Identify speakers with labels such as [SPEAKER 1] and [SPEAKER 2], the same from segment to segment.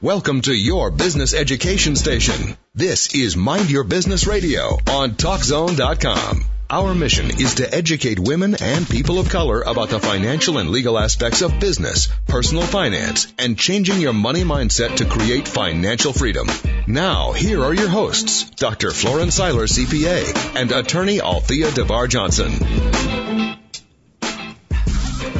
[SPEAKER 1] Welcome to your business education station. This is Mind Your Business Radio on TalkZone.com. Our mission is to educate women and people of color about the financial and legal aspects of business, personal finance, and changing your money mindset to create financial freedom. Now, here are your hosts, Dr. Florin Seiler, CPA, and attorney Althea DeVar Johnson.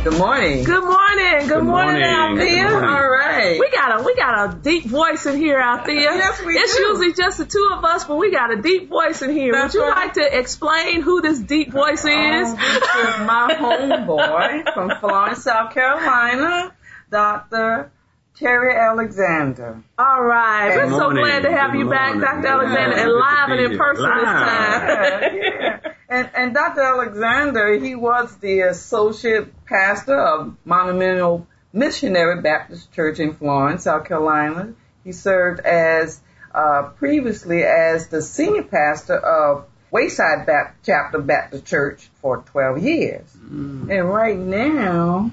[SPEAKER 2] Good morning.
[SPEAKER 3] Good morning. Good,
[SPEAKER 2] Good
[SPEAKER 3] morning,
[SPEAKER 2] morning. Good
[SPEAKER 3] Althea.
[SPEAKER 2] morning.
[SPEAKER 3] All right. We got a we got a deep voice in here, Althea.
[SPEAKER 2] Yes, we
[SPEAKER 3] It's
[SPEAKER 2] do.
[SPEAKER 3] usually just the two of us, but we got a deep voice in here.
[SPEAKER 2] That's
[SPEAKER 3] Would you
[SPEAKER 2] right.
[SPEAKER 3] like to explain who this deep voice is?
[SPEAKER 2] Oh, this is my homeboy from Florence, South Carolina, Dr. Terry Alexander.
[SPEAKER 3] All right.
[SPEAKER 2] Good
[SPEAKER 3] We're so
[SPEAKER 4] morning.
[SPEAKER 3] glad to have
[SPEAKER 4] Good
[SPEAKER 3] you back,
[SPEAKER 4] morning.
[SPEAKER 3] Dr. Alexander,
[SPEAKER 2] Yeah,
[SPEAKER 3] and
[SPEAKER 2] good
[SPEAKER 3] live
[SPEAKER 4] to
[SPEAKER 3] and
[SPEAKER 4] be
[SPEAKER 3] in
[SPEAKER 4] here.
[SPEAKER 3] person this
[SPEAKER 4] Live.
[SPEAKER 3] time.
[SPEAKER 2] yeah. And, and Dr. Alexander, he was the associate pastor of Monumental Missionary Baptist Church in Florence, South Carolina. He served as uh, previously as the senior pastor of Wayside Bap- Chapter Baptist Church for 12 years. And right now,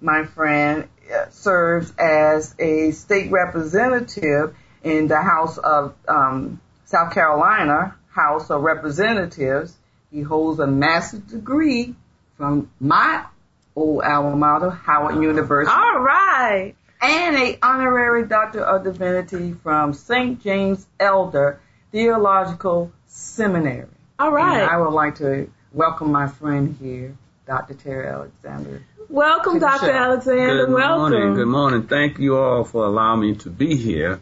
[SPEAKER 2] my friend uh, serves as a state representative in the House of um, South Carolina House of Representatives. He holds a master's degree from my old alma mater, Howard University,
[SPEAKER 3] All right.
[SPEAKER 2] and a honorary doctor of divinity from St. James Elder Theological Seminary.
[SPEAKER 3] All
[SPEAKER 2] And I
[SPEAKER 3] right.
[SPEAKER 2] would like to welcome my friend here, Dr. Terry Alexander.
[SPEAKER 3] Welcome,
[SPEAKER 2] to the
[SPEAKER 3] Dr.
[SPEAKER 2] show.
[SPEAKER 3] Alexander.
[SPEAKER 4] Good morning.
[SPEAKER 3] Welcome.
[SPEAKER 4] Good morning. Thank you all for allowing me to be here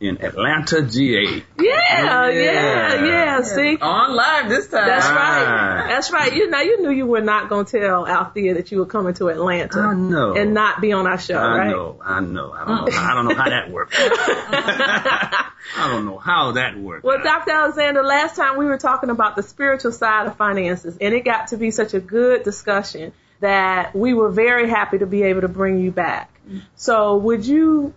[SPEAKER 4] in Atlanta, GA.
[SPEAKER 3] Yeah, yeah, yeah.
[SPEAKER 4] Yeah.
[SPEAKER 3] See,
[SPEAKER 2] On live this time.
[SPEAKER 3] That's
[SPEAKER 4] Ah.
[SPEAKER 3] right. That's right. You know, you knew you were not going to tell Althea that you were coming to Atlanta
[SPEAKER 4] I know.
[SPEAKER 3] and not be on our show,
[SPEAKER 4] I
[SPEAKER 3] right?
[SPEAKER 4] know. I know. I don't know. I don't know how that works. I don't know how that works.
[SPEAKER 3] Well, Dr. Alexander, last time we were talking about the spiritual side of finances, and it got to be such a good discussion that we were very happy to be able to bring you back. So, would you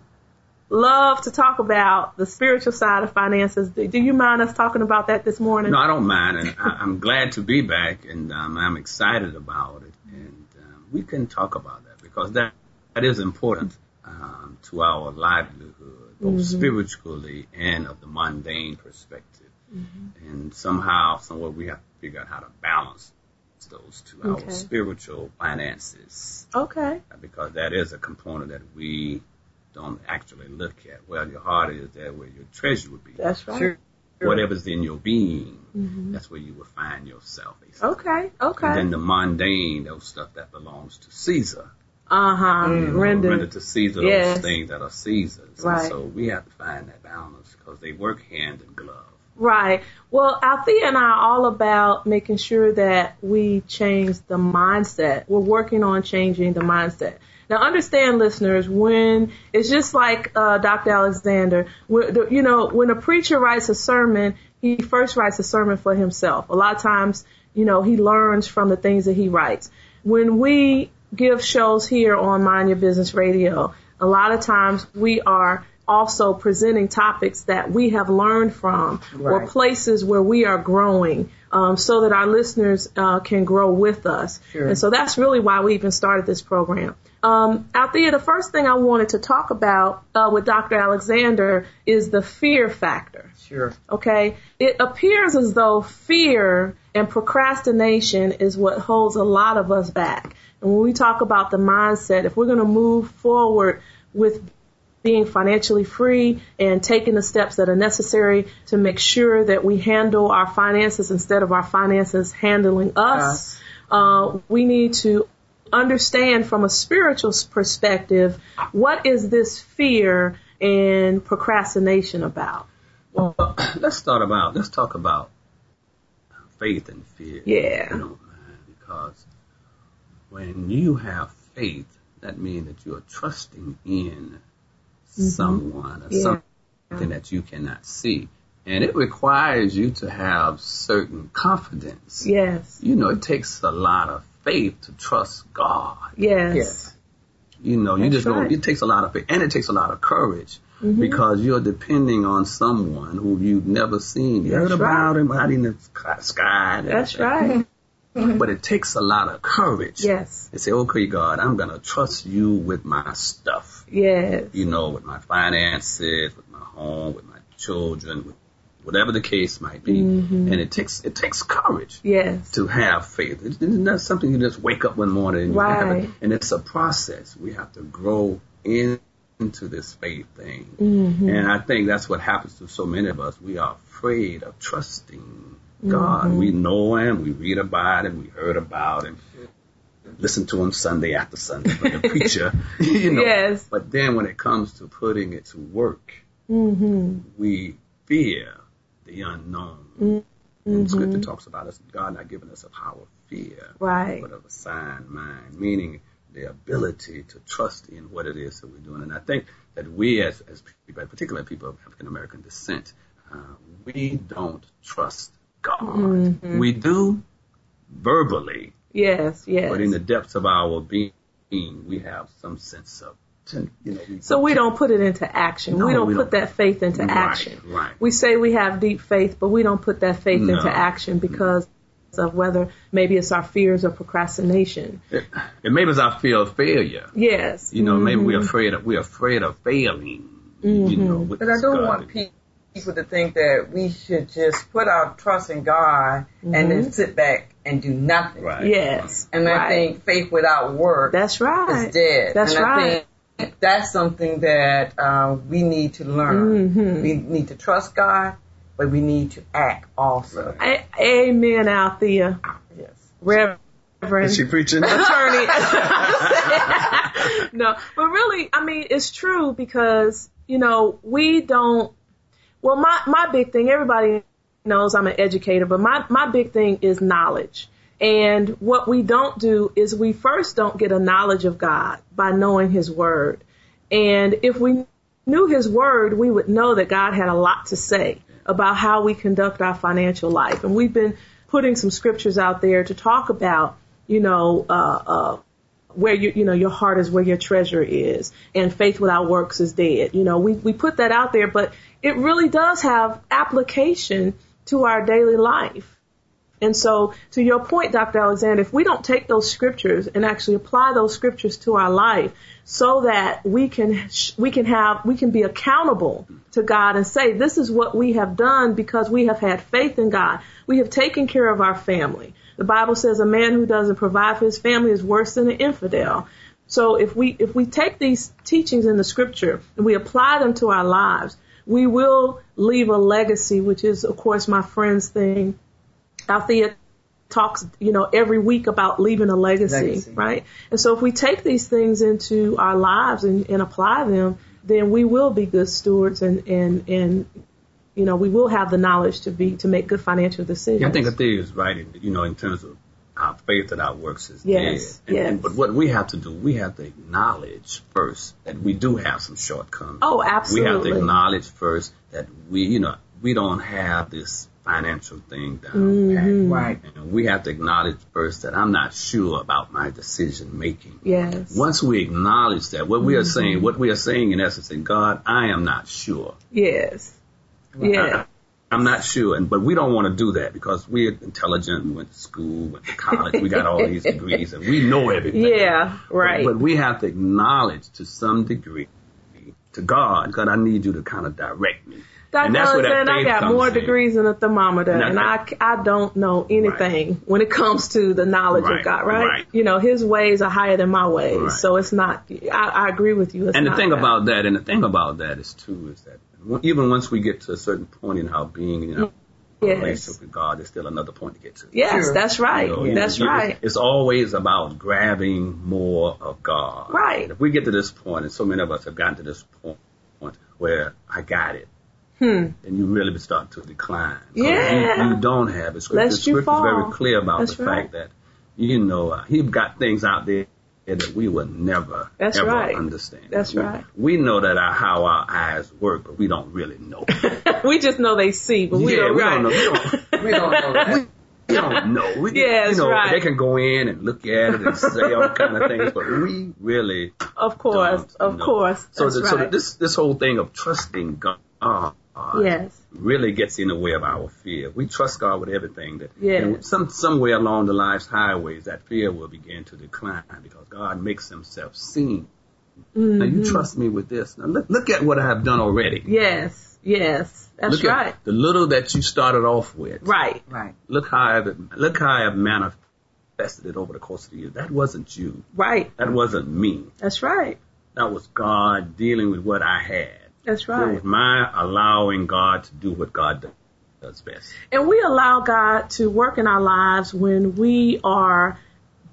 [SPEAKER 3] love to talk about the spiritual side of finances? Do do you mind us talking about that this morning?
[SPEAKER 4] No, I don't mind, and I, I'm glad to be back, and um, I'm excited about it, and um, we can talk about that because that that is important um, to our livelihood, both
[SPEAKER 3] Mm-hmm.
[SPEAKER 4] spiritually and of the mundane perspective,
[SPEAKER 3] Mm-hmm.
[SPEAKER 4] and somehow, somewhere, we have to figure out how to balance those two,
[SPEAKER 3] Okay.
[SPEAKER 4] our spiritual finances,
[SPEAKER 3] Okay.
[SPEAKER 4] because that is a component that we don't actually look at. Where your heart is, there where your treasure would be
[SPEAKER 3] That's right.
[SPEAKER 4] whatever's in your being, that's where you will find yourself. basically.
[SPEAKER 3] Mm-hmm. Okay.
[SPEAKER 4] And
[SPEAKER 3] Okay.
[SPEAKER 4] then the mundane, those stuff that belongs to Caesar.
[SPEAKER 3] Uh huh.
[SPEAKER 4] Render
[SPEAKER 3] Rendon.
[SPEAKER 4] to Caesar
[SPEAKER 3] Yes.
[SPEAKER 4] those things that are Caesar's.
[SPEAKER 3] Right.
[SPEAKER 4] And so we have to find that balance because they work hand in glove.
[SPEAKER 3] Right. Well, Althea and I are all about making sure that we change the mindset. We're working on changing the mindset. Now, understand, listeners, when it's just like uh, Dr. Alexander, when, the- you know, when a preacher writes a sermon, he first writes a sermon for himself. A lot of times, you know, he learns from the things that he writes. When we give shows here on Mind Your Business Radio, a lot of times we are also presenting topics that we have learned from or
[SPEAKER 2] Right.
[SPEAKER 3] places where we are growing um, so that our listeners uh, can grow with us.
[SPEAKER 2] Sure.
[SPEAKER 3] And so that's really why we even started this program. Um, Althea, the first thing I wanted to talk about uh, with Dr. Alexander is the fear factor.
[SPEAKER 2] Sure.
[SPEAKER 3] Okay? It appears as though fear and procrastination is what holds a lot of us back. And when we talk about the mindset, if we're going to move forward with being financially free and taking the steps that are necessary to make sure that we handle our finances instead of our finances handling us, uh, we need to understand from a spiritual s- perspective what is this fear and procrastination about?
[SPEAKER 4] Well, let's start about, let's talk about faith and fear.
[SPEAKER 3] Yeah.
[SPEAKER 4] If you don't mind, because when you have faith, that means that you are trusting in someone or
[SPEAKER 3] Mm-hmm. Yeah.
[SPEAKER 4] something that you cannot see. And it requires you to have certain confidence.
[SPEAKER 3] Yes.
[SPEAKER 4] You know, it takes a lot of faith to trust God.
[SPEAKER 3] Yes.
[SPEAKER 2] Yes.
[SPEAKER 4] You know, you
[SPEAKER 3] That's
[SPEAKER 4] just don't,
[SPEAKER 3] right. Mm-hmm.
[SPEAKER 4] it takes a lot of faith and it takes a lot of courage because you're depending on someone who you've never seen. You heard
[SPEAKER 3] That's
[SPEAKER 4] about him out in the sky. and
[SPEAKER 3] That's
[SPEAKER 4] everything.
[SPEAKER 3] right.
[SPEAKER 4] But it takes a lot of courage.
[SPEAKER 3] Yes.
[SPEAKER 4] They say, okay, God, I'm going to trust you with my stuff,
[SPEAKER 3] Yes.
[SPEAKER 4] you know, with my finances, with my home, with my children, with whatever the case might be.
[SPEAKER 3] Mm-hmm.
[SPEAKER 4] And it takes, it takes courage
[SPEAKER 3] Yes.
[SPEAKER 4] to have faith. It's it's not something you just wake up one morning and you have
[SPEAKER 3] Right.
[SPEAKER 4] it. And it's a process. We have to grow in, into this faith thing.
[SPEAKER 3] Mm-hmm.
[SPEAKER 4] And I think that's what happens to so many of us. We are afraid of trusting God.
[SPEAKER 3] Mm-hmm.
[SPEAKER 4] We know Him, we read about Him, we heard about Him, listen to Him Sunday after Sunday from the preacher, you know.
[SPEAKER 3] Yes.
[SPEAKER 4] But then when it comes to putting it to work,
[SPEAKER 3] Mm-hmm.
[SPEAKER 4] we fear the unknown. And scripture talks about us, God not giving us a power of fear,
[SPEAKER 3] Right.
[SPEAKER 4] but of a sound mind, meaning the ability to trust in what it is that we're doing. And I think that we as, as people, particularly people of African American descent, uh, we don't trust God.
[SPEAKER 3] Mm-hmm.
[SPEAKER 4] We do verbally,
[SPEAKER 3] Yes. Yes.
[SPEAKER 4] but in the depths of our being, we have some sense of, you know,
[SPEAKER 3] So we don't put it into action. we
[SPEAKER 4] No,
[SPEAKER 3] don't
[SPEAKER 4] we
[SPEAKER 3] put
[SPEAKER 4] don't.
[SPEAKER 3] that faith into
[SPEAKER 4] Right,
[SPEAKER 3] action.
[SPEAKER 4] right.
[SPEAKER 3] We say we have deep faith, but we don't put that faith
[SPEAKER 4] No.
[SPEAKER 3] into action because of whether maybe it's our fears or procrastination.
[SPEAKER 4] it, it maybe it's our fear of failure.
[SPEAKER 3] Yes.
[SPEAKER 4] You know, maybe
[SPEAKER 3] Mm-hmm.
[SPEAKER 4] we're afraid of we're afraid of failing. You know, with
[SPEAKER 2] But I
[SPEAKER 4] this
[SPEAKER 2] don't
[SPEAKER 4] God.
[SPEAKER 2] want pe- people to think that we should just put our trust in God and then sit back and do nothing.
[SPEAKER 4] Right.
[SPEAKER 3] Yes.
[SPEAKER 2] And I
[SPEAKER 3] Mm-hmm. Right.
[SPEAKER 2] think faith without work
[SPEAKER 3] that's right.
[SPEAKER 2] is dead.
[SPEAKER 3] That's
[SPEAKER 2] and
[SPEAKER 3] right.
[SPEAKER 2] I think that's something that uh, we need to learn.
[SPEAKER 3] Mm-hmm.
[SPEAKER 2] We need to trust God, but we need to act also.
[SPEAKER 3] A- amen, Althea.
[SPEAKER 2] Yes.
[SPEAKER 3] Reverend.
[SPEAKER 4] Is she preaching?
[SPEAKER 3] attorney. no, but really, I mean, it's true because you know we don't. Well, my my big thing. Everybody knows I'm an educator, but my my big thing is knowledge. And what we don't do is we first don't get a knowledge of God by knowing His Word. And if we knew His Word, we would know that God had a lot to say about how we conduct our financial life. And we've been putting some scriptures out there to talk about, you know, uh, uh, where you, you know, your heart is where your treasure is and faith without works is dead. You know, we, we put that out there, but it really does have application to our daily life. And so, to your point, Dr. Alexander, if we don't take those scriptures and actually apply those scriptures to our life, so that we can we can have we can be accountable to God and say, this is what we have done because we have had faith in God. We have taken care of our family. The Bible says a man who doesn't provide for his family is worse than an infidel. So if we if we take these teachings in the scripture and we apply them to our lives, we will leave a legacy, which is of course my friend's thing Althea talks, you know, every week about leaving a legacy,
[SPEAKER 2] Legacy.
[SPEAKER 3] right? And so if we take these things into our lives and, and apply them, then we will be good stewards and, and, and, you know, we will have the knowledge to be, to make good financial decisions.
[SPEAKER 4] Yeah, I think Athea is right, in, you know, in terms of our faith and our works is
[SPEAKER 3] Yes,
[SPEAKER 4] dead. And,
[SPEAKER 3] yes.
[SPEAKER 4] and- but what we have to do, we have to acknowledge first that we do have some shortcomings.
[SPEAKER 3] Oh,
[SPEAKER 4] We have to
[SPEAKER 3] absolutely.
[SPEAKER 4] acknowledge first that we, you know, we don't have this financial thing down
[SPEAKER 3] Mm-hmm.
[SPEAKER 4] pat.
[SPEAKER 2] Right.
[SPEAKER 4] And we have to acknowledge first that I'm not sure about my decision making.
[SPEAKER 3] Yes.
[SPEAKER 4] Once we acknowledge that, what we
[SPEAKER 3] Mm-hmm.
[SPEAKER 4] are saying, what we are saying in essence, is God, I am not sure.
[SPEAKER 3] Yes. Yeah.
[SPEAKER 4] I'm not sure, and but we don't want to do that because we're intelligent. We went to school, went to college, we got all these degrees, and we know everything.
[SPEAKER 3] Yeah. Right.
[SPEAKER 4] But we have to acknowledge to some degree to God, God, I need you to kind of direct me.
[SPEAKER 3] Dr.
[SPEAKER 4] and that's where that
[SPEAKER 3] Alexander, I
[SPEAKER 4] faith
[SPEAKER 3] got
[SPEAKER 4] comes
[SPEAKER 3] more
[SPEAKER 4] in.
[SPEAKER 3] degrees than a thermometer,
[SPEAKER 4] No,
[SPEAKER 3] and I,
[SPEAKER 4] that-
[SPEAKER 3] I don't know anything when it comes to the knowledge of
[SPEAKER 4] Right,
[SPEAKER 3] God, right?
[SPEAKER 4] right.
[SPEAKER 3] You know, His ways are higher than my ways,
[SPEAKER 4] Right.
[SPEAKER 3] so it's not. I, I agree with you. It's
[SPEAKER 4] and the
[SPEAKER 3] not
[SPEAKER 4] thing
[SPEAKER 3] that.
[SPEAKER 4] about that, and the thing about that is too, is that w- even once we get to a certain point in our being, you know,
[SPEAKER 3] Yes.
[SPEAKER 4] relationship with God, there's still another point to get to.
[SPEAKER 3] yes,
[SPEAKER 2] Sure.
[SPEAKER 3] that's right,
[SPEAKER 4] You know, you-
[SPEAKER 3] that's
[SPEAKER 4] you-
[SPEAKER 3] right.
[SPEAKER 4] It's always about grabbing more of God.
[SPEAKER 3] Right.
[SPEAKER 4] And if we get to this point, and so many of us have gotten to this point point where I got it, and you really start to decline. 'Cause you-
[SPEAKER 3] Hmm. Yeah.
[SPEAKER 4] You, don't have it. Scripture,
[SPEAKER 3] Lest you
[SPEAKER 4] scripture's
[SPEAKER 3] fall.
[SPEAKER 4] very clear about
[SPEAKER 3] That's
[SPEAKER 4] the
[SPEAKER 3] right.
[SPEAKER 4] fact that, you know, uh, he got things out there that we will never,
[SPEAKER 3] That's
[SPEAKER 4] ever
[SPEAKER 3] right.
[SPEAKER 4] understand.
[SPEAKER 3] That's
[SPEAKER 4] We-
[SPEAKER 3] right.
[SPEAKER 4] We know that our, how our eyes work, but we don't really know.
[SPEAKER 3] we just know they see, but we
[SPEAKER 4] yeah,
[SPEAKER 3] don't.
[SPEAKER 4] we
[SPEAKER 3] right.
[SPEAKER 4] don't know. We don't,
[SPEAKER 2] We don't know that.
[SPEAKER 4] we don't know. We,
[SPEAKER 3] Yes,
[SPEAKER 4] you know,
[SPEAKER 3] right.
[SPEAKER 4] they can go in and look at it and say all kind of things, but we really
[SPEAKER 3] Of course,
[SPEAKER 4] don't
[SPEAKER 3] of
[SPEAKER 4] know.
[SPEAKER 3] course.
[SPEAKER 4] So,
[SPEAKER 3] that's
[SPEAKER 4] the,
[SPEAKER 3] right.
[SPEAKER 4] so the, this this whole thing of trusting God God
[SPEAKER 3] Yes.
[SPEAKER 4] really gets in the way of our fear. We trust God with everything. That
[SPEAKER 3] Yes.
[SPEAKER 4] and some somewhere along the life's highways, that fear will begin to decline because God makes Himself seen. Now
[SPEAKER 3] Mm-hmm.
[SPEAKER 4] you trust me with this. Now look, look at what I have done already.
[SPEAKER 3] Yes. Yes. That's
[SPEAKER 4] look
[SPEAKER 3] right.
[SPEAKER 4] at the little that you started off with.
[SPEAKER 3] Right.
[SPEAKER 2] Right.
[SPEAKER 4] Look how I've, look how I've manifested it over the course of the year. That wasn't you.
[SPEAKER 3] Right.
[SPEAKER 4] That wasn't me.
[SPEAKER 3] That's right.
[SPEAKER 4] That was God dealing with what I had.
[SPEAKER 3] That's
[SPEAKER 4] It
[SPEAKER 3] right.
[SPEAKER 4] was my allowing God to do what God do- does best.
[SPEAKER 3] And we allow God to work in our lives when we are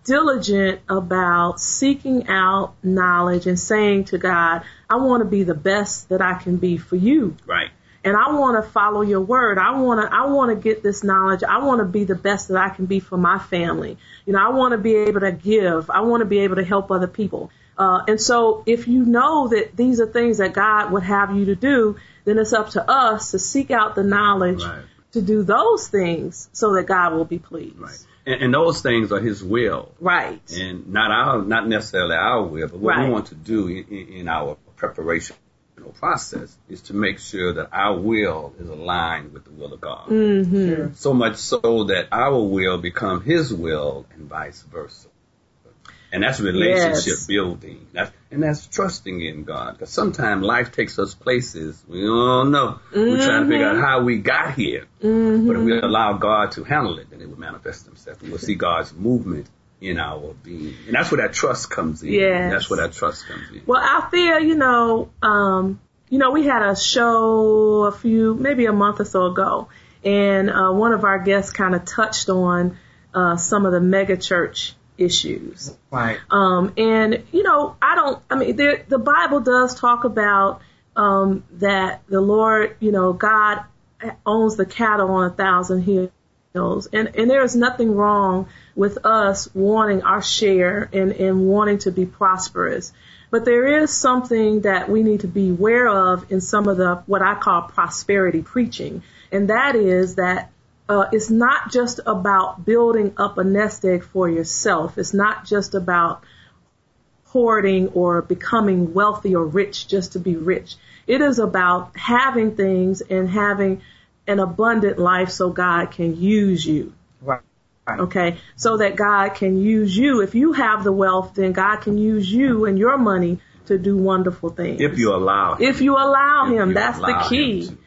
[SPEAKER 3] diligent about seeking out knowledge and saying to God, I want to be the best that I can be for you.
[SPEAKER 4] Right.
[SPEAKER 3] And I want to follow your word. I want to, I want to get this knowledge. I want to be the best that I can be for my family. You know, I want to be able to give. I want to be able to help other people. Uh, and so if you know that these are things that God would have you to do, then it's up to us to seek out the knowledge
[SPEAKER 4] Right.
[SPEAKER 3] to do those things so that God will be pleased.
[SPEAKER 4] Right. And, and those things are His will,
[SPEAKER 3] Right.
[SPEAKER 4] and not our, not necessarily our will, but what
[SPEAKER 3] Right.
[SPEAKER 4] we want to do in, in in our preparation process is to make sure that our will is aligned with the will of God.
[SPEAKER 3] Mm-hmm.
[SPEAKER 2] Sure.
[SPEAKER 4] So much so that our will become His will, and vice versa. And that's relationship
[SPEAKER 3] Yes.
[SPEAKER 4] building. That's, and that's trusting in God. Because sometimes life takes us places we don't know. We're trying to
[SPEAKER 3] Mm-hmm.
[SPEAKER 4] figure out how we got here. But if we allow God to handle it, then it will manifest Himself. And we'll see God's movement in our being. And that's where that trust comes in.
[SPEAKER 3] Yes.
[SPEAKER 4] That's where that trust comes in.
[SPEAKER 3] Well, Althea, you know, um, you know, we had a show a few, maybe a month or so ago, and uh, one of our guests kind of touched on uh, some of the mega church issues.
[SPEAKER 2] Right.
[SPEAKER 3] Um, and you know, I don't. I mean, there, the Bible does talk about um, that the Lord, you know, God owns the cattle on a thousand hills, and and there is nothing wrong with us wanting our share and and wanting to be prosperous. But there is something that we need to be aware of in some of the what I call prosperity preaching, and that is that uh, it's not just about building up a nest egg for yourself. It's not just about hoarding or becoming wealthy or rich just to be rich. It is about having things and having an abundant life so God can use you.
[SPEAKER 2] Right. Right.
[SPEAKER 3] Okay. So that God can use you. If you have the wealth, then God can use you and your money to do wonderful things.
[SPEAKER 4] If you allow Him.
[SPEAKER 3] if you allow
[SPEAKER 4] If
[SPEAKER 3] him,
[SPEAKER 4] you
[SPEAKER 3] that's
[SPEAKER 4] allow
[SPEAKER 3] the
[SPEAKER 4] Him
[SPEAKER 3] key.
[SPEAKER 4] to.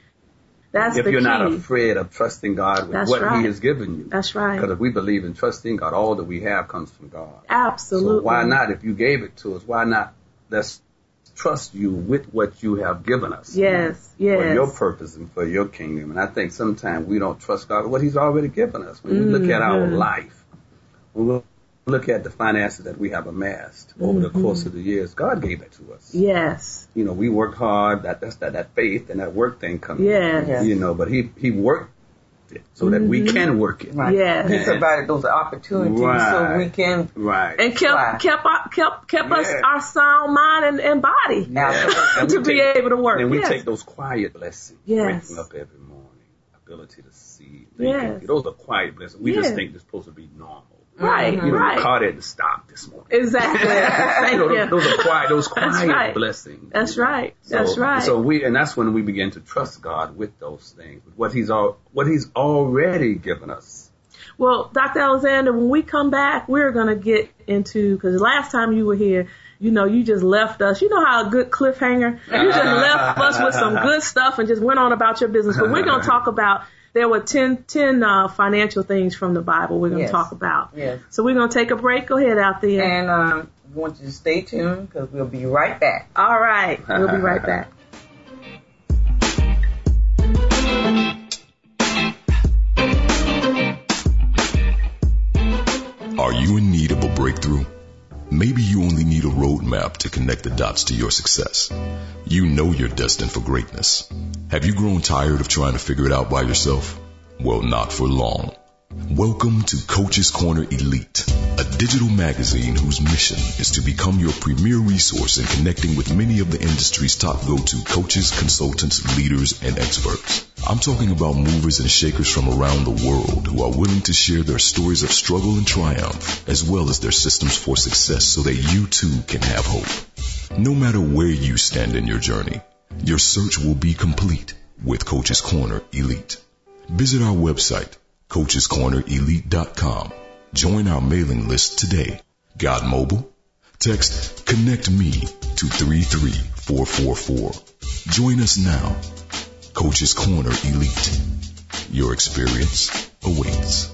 [SPEAKER 3] That's
[SPEAKER 4] if
[SPEAKER 3] the
[SPEAKER 4] you're
[SPEAKER 3] key.
[SPEAKER 4] not afraid of trusting God with
[SPEAKER 3] That's
[SPEAKER 4] what
[SPEAKER 3] right.
[SPEAKER 4] He has given you.
[SPEAKER 3] That's right.
[SPEAKER 4] Because if we believe in trusting God, all that we have comes from God.
[SPEAKER 3] Absolutely.
[SPEAKER 4] So why not? If you gave it to us, why not? Let's trust you with what you have given us.
[SPEAKER 3] Yes,
[SPEAKER 4] For
[SPEAKER 3] yes.
[SPEAKER 4] your purpose and for your kingdom. And I think sometimes we don't trust God with what He's already given us. When we look at our
[SPEAKER 3] Mm-hmm.
[SPEAKER 4] life, when we look at the finances that we have amassed over the course of the
[SPEAKER 3] Mm-hmm.
[SPEAKER 4] years, God gave that to us
[SPEAKER 3] yes.
[SPEAKER 4] you know, we worked hard. That that's that that faith and that work thing coming.
[SPEAKER 3] Yes. Mm-hmm.
[SPEAKER 2] Yes.
[SPEAKER 4] You know, but he he worked it so that we can work it.
[SPEAKER 2] Right.
[SPEAKER 3] Yes.
[SPEAKER 2] He provided those opportunities so
[SPEAKER 4] Right.
[SPEAKER 2] we can
[SPEAKER 4] Right.
[SPEAKER 3] and kept
[SPEAKER 2] Why?
[SPEAKER 3] kept our, kept kept us
[SPEAKER 4] Yeah.
[SPEAKER 3] our sound mind and, and body
[SPEAKER 2] now
[SPEAKER 4] And
[SPEAKER 3] to
[SPEAKER 4] we
[SPEAKER 3] be
[SPEAKER 4] take-
[SPEAKER 3] able to work.
[SPEAKER 4] And we
[SPEAKER 3] yes.
[SPEAKER 4] take those quiet blessings.
[SPEAKER 3] Yes.
[SPEAKER 4] Waking up every morning, ability to see. Thinking,
[SPEAKER 3] Yes.
[SPEAKER 4] Those are quiet blessings. We
[SPEAKER 3] Yeah.
[SPEAKER 4] just think they're supposed to be normal.
[SPEAKER 3] right,
[SPEAKER 4] You know, the
[SPEAKER 3] right,
[SPEAKER 4] car didn't stop this morning.
[SPEAKER 3] exactly.
[SPEAKER 4] You
[SPEAKER 3] Thank
[SPEAKER 4] know,
[SPEAKER 3] you.
[SPEAKER 4] those, those are quiet. Those
[SPEAKER 3] That's
[SPEAKER 4] quiet
[SPEAKER 3] right.
[SPEAKER 4] blessings.
[SPEAKER 3] That's right.
[SPEAKER 4] So,
[SPEAKER 3] That's right.
[SPEAKER 4] So we, and that's when we begin to trust God with those things, with what He's all, what He's already given us.
[SPEAKER 3] Well, Dr. Alexander, when we come back, we're going to get into, because last time you were here, you know, you just left us. You know how a good cliffhanger? You just left us with some good stuff and just went on about your business. But we're going to talk about, there were 10, 10 uh, financial things from the Bible we're going to
[SPEAKER 2] Yes.
[SPEAKER 3] talk about.
[SPEAKER 2] Yes.
[SPEAKER 3] So we're going to take a break. Go ahead out there.
[SPEAKER 2] and um, I want you to stay tuned because we'll be right back.
[SPEAKER 3] All right. We'll be right back.
[SPEAKER 5] Are you in need of a breakthrough? Maybe you only need a roadmap to connect the dots to your success. You know you're destined for greatness. Have you grown tired of trying to figure it out by yourself? Well, not for long. Welcome to Coach's Corner Elite, a digital magazine whose mission is to become your premier resource in connecting with many of the industry's top go-to coaches, consultants, leaders, and experts. I'm talking about movers and shakers from around the world who are willing to share their stories of struggle and triumph, as well as their systems for success so that you too can have hope. No matter where you stand in your journey, your search will be complete with Coach's Corner Elite. Visit our website, coachescornerelite.com. Join our mailing list today. Got mobile? Text Connect Me to 33444. Join us now. Coach's Corner Elite. Your experience awaits.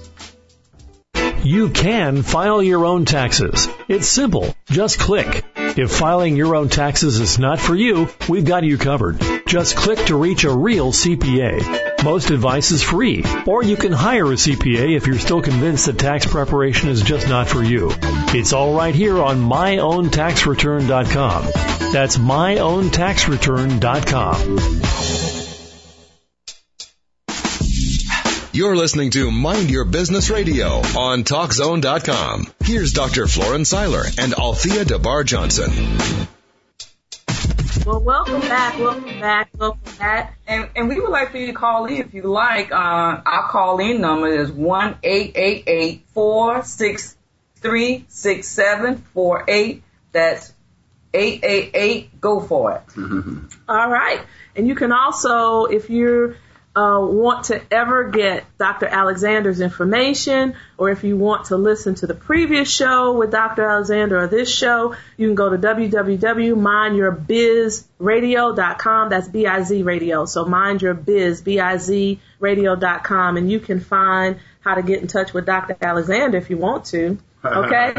[SPEAKER 6] You can file your own taxes. It's simple. Just click. If filing your own taxes is not for you, we've got you covered. Just click to reach a real CPA. Most advice is free, or you can hire a CPA if you're still convinced that tax preparation is just not for you. It's all right here on myowntaxreturn.com. That's myowntaxreturn.com.
[SPEAKER 1] You're listening to Mind Your Business Radio on TalkZone.com. Here's Dr. Florence Seiler and Althea DeBar Johnson.
[SPEAKER 3] Well, welcome back, welcome back, welcome back.
[SPEAKER 2] And, and we would like for you to call in if you like. Uh, our call in number is 1 888 463 6748. That's 888. Go for it.
[SPEAKER 4] Mhm.
[SPEAKER 3] All right. And you can also, if you uh, want to ever get Dr. Alexander's information, or if you want to listen to the previous show with Dr. Alexander or this show, you can go to www.mindyourbizradio.com. That's B-I-Z radio. So mind your biz, B-I-Z radio.com. And you can find how to get in touch with Dr. Alexander if you want to. Okay.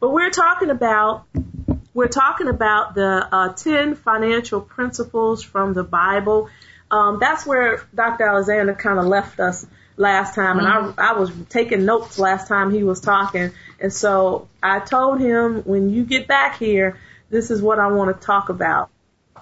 [SPEAKER 3] but we're talking about we're talking about the uh, 10 financial principles from the Bible. Um, that's where Dr. Alexander kind of left us last time, and I, I was taking notes last time he was talking. And so I told him, when you get back here, this is what I want to talk about.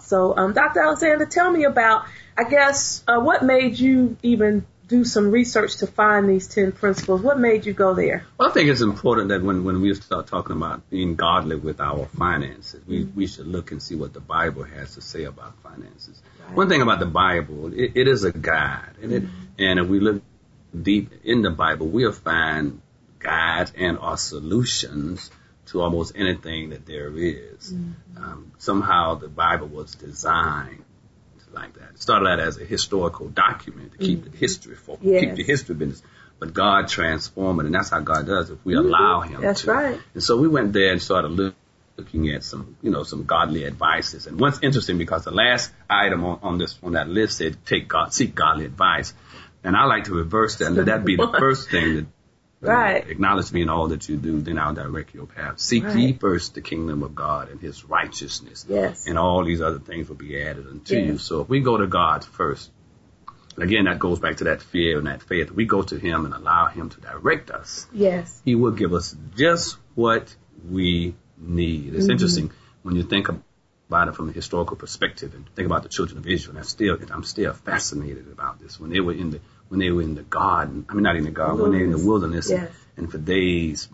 [SPEAKER 3] So, um, Dr. Alexander, tell me about, I guess, uh, what made you even do some research to find these 10 principles? What made you go there?
[SPEAKER 4] Well, I think it's important that when, when we start talking about being godly with our finances, we, we should look and see what the Bible has to say about finances. One thing about the Bible, it, it is a guide. And, it, and if we look deep in the Bible, we'll find guides and our solutions to almost anything that there is. Um, somehow the Bible was designed like that. It started out as a historical document to keep the history for keep
[SPEAKER 3] Yes.
[SPEAKER 4] the history business. But God transformed it, and that's how God does if we allow Him.
[SPEAKER 3] Mm-hmm. That's
[SPEAKER 4] to.
[SPEAKER 3] right.
[SPEAKER 4] And so we went there and started look, looking at some, you know, some godly advices. And what's interesting because the last item on, on this on that list said take God, seek godly advice, and I like to reverse that and let that be the first thing that. uh,
[SPEAKER 3] Right.
[SPEAKER 4] Acknowledge me in all that you do, then I'll direct your path. Seek ye
[SPEAKER 3] Right.
[SPEAKER 4] first the kingdom of God and his righteousness
[SPEAKER 3] Yes.
[SPEAKER 4] and all these other things will be added unto you.
[SPEAKER 3] Yes.
[SPEAKER 4] So if we go to God first, and again, that goes back to that fear and that faith. We go to Him and allow Him to direct us.
[SPEAKER 3] Yes.
[SPEAKER 4] He will give us just what we need.
[SPEAKER 3] Mm-hmm.
[SPEAKER 4] It's interesting when you think about it from a historical perspective and think about the children of Israel. And I'm still, I'm still fascinated about this. When they were in the, when they were in the garden, I mean not in the garden, when they were in the wilderness,
[SPEAKER 3] Yes.
[SPEAKER 4] and for days,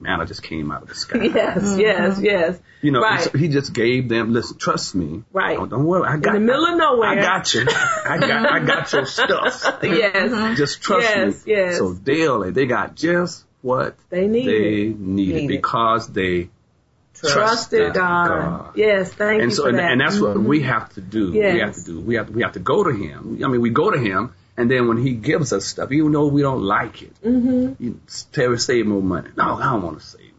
[SPEAKER 4] manna just came out of the sky.
[SPEAKER 3] Yes, yes, yes.
[SPEAKER 4] You know,
[SPEAKER 3] Right.
[SPEAKER 4] and so he just gave them. Listen, trust me. Oh,
[SPEAKER 3] Right.
[SPEAKER 4] Don't, don't worry. I got
[SPEAKER 3] the middle of nowhere.
[SPEAKER 4] I got you. I got I got your stuff.
[SPEAKER 3] Yes.
[SPEAKER 4] Just trust
[SPEAKER 3] Yes,
[SPEAKER 4] me.
[SPEAKER 3] yes.
[SPEAKER 4] So daily, they got just what
[SPEAKER 3] They needed.
[SPEAKER 4] they needed
[SPEAKER 2] Needed.
[SPEAKER 4] because they
[SPEAKER 3] Trusted God. Yes, thank
[SPEAKER 4] and
[SPEAKER 3] you
[SPEAKER 4] so
[SPEAKER 3] for
[SPEAKER 4] and,
[SPEAKER 3] that. Mm-hmm.
[SPEAKER 4] and that's what we have to do. We have to
[SPEAKER 3] Yes.
[SPEAKER 4] do. We have we have to go to Him. I mean, we go to Him, and then when He gives us stuff, even though we don't like it, mm-hmm. you, Terry, save more money. No, I don't want to save.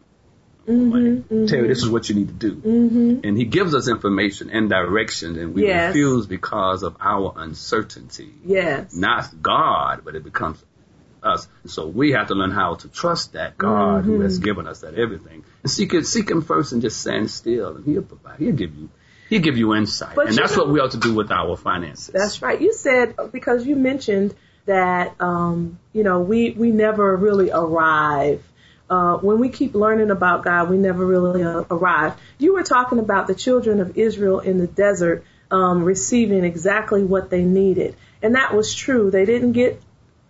[SPEAKER 3] Mm-hmm,
[SPEAKER 4] more money. Terry, this is what you need to do. Mm-hmm. And he gives us information and direction, and we
[SPEAKER 3] Yes.
[SPEAKER 4] refuse because of our uncertainty.
[SPEAKER 3] Mm-hmm. yes.
[SPEAKER 4] Not God, but it becomes us. And so we have to learn how to trust that God who has
[SPEAKER 3] Mm-hmm.
[SPEAKER 4] given us that everything. And seek it, seek him first and just stand still and he'll provide. He'll give you he'll give you insight.
[SPEAKER 3] But
[SPEAKER 4] and
[SPEAKER 3] you
[SPEAKER 4] that's
[SPEAKER 3] know-
[SPEAKER 4] what we ought to do with our finances.
[SPEAKER 3] That's right. You said because you mentioned that um, you know we we never really arrive. Uh, when we keep learning about God, we never really uh, arrive. You were talking about the children of Israel in the desert um, receiving exactly what they needed, and that was true. They didn't get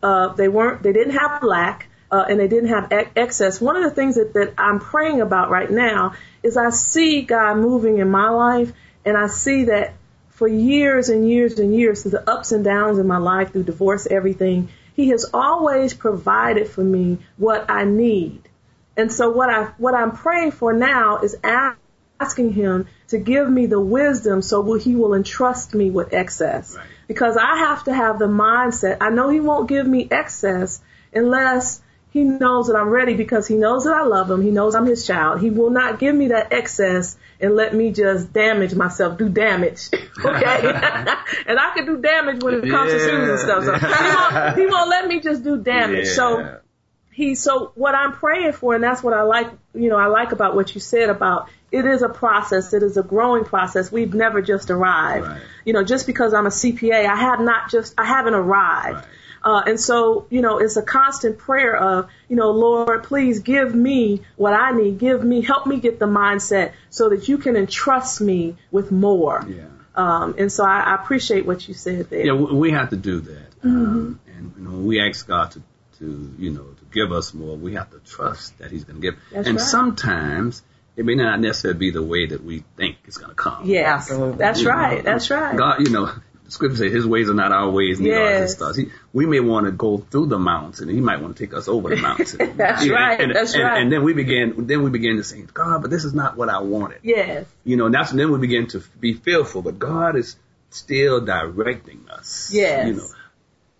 [SPEAKER 3] uh, they weren't they didn't have lack uh, and they didn't have ex- excess one of the things that, that i'm praying about right now is i see god moving in my life and i see that for years and years and years through the ups and downs in my life through divorce everything he has always provided for me what i need and so what i what i'm praying for now is after asking him to give me the wisdom so will- he will entrust me with excess.
[SPEAKER 4] Right.
[SPEAKER 3] Because I have to have the mindset. I know he won't give me excess unless he knows that I'm ready because he knows that I love him. He knows I'm his child. He will not give me that excess and let me just damage myself, do damage. okay? and I can do damage when it comes to shoes and stuff. So he, won't, he won't let me just do damage. So
[SPEAKER 4] Yeah.
[SPEAKER 3] he so what I'm praying for, and that's what I like, you know, I like about what you said about it is a process, it is a growing process. We've never just arrived.
[SPEAKER 4] Right.
[SPEAKER 3] You know, just because I'm a CPA, I have not just I haven't arrived.
[SPEAKER 4] Right.
[SPEAKER 3] Uh, and so, you know, it's a constant prayer of, you know, Lord, please give me what I need. Give me, help me get the mindset so that you can entrust me with more.
[SPEAKER 4] Yeah.
[SPEAKER 3] Um, and so I, I appreciate what you said there.
[SPEAKER 4] Yeah, we we have to do that.
[SPEAKER 3] Mm-hmm.
[SPEAKER 4] Um, and you know, when we ask God to, to, you know, to give us more, we have to trust that He's going to give.
[SPEAKER 3] That's
[SPEAKER 4] and
[SPEAKER 3] right.
[SPEAKER 4] sometimes it may not necessarily be the way that we think it's going to come.
[SPEAKER 3] Yes.
[SPEAKER 2] Absolutely.
[SPEAKER 3] That's
[SPEAKER 4] You know,
[SPEAKER 3] right. That's right.
[SPEAKER 4] God, you know, the scripture says his ways are not our ways, neither are his
[SPEAKER 3] Yes.
[SPEAKER 4] thoughts. He, we may want to go through the mountain, and he might want to take us over the mountain.
[SPEAKER 3] That's
[SPEAKER 4] You know,
[SPEAKER 3] right.
[SPEAKER 4] And,
[SPEAKER 3] That's
[SPEAKER 4] and,
[SPEAKER 3] right.
[SPEAKER 4] and then we began, then we began to say, God, but this is not what I wanted.
[SPEAKER 3] Yes.
[SPEAKER 4] You know, and that's then we begin to be fearful, but God is still directing us.
[SPEAKER 3] Yes.
[SPEAKER 4] You know,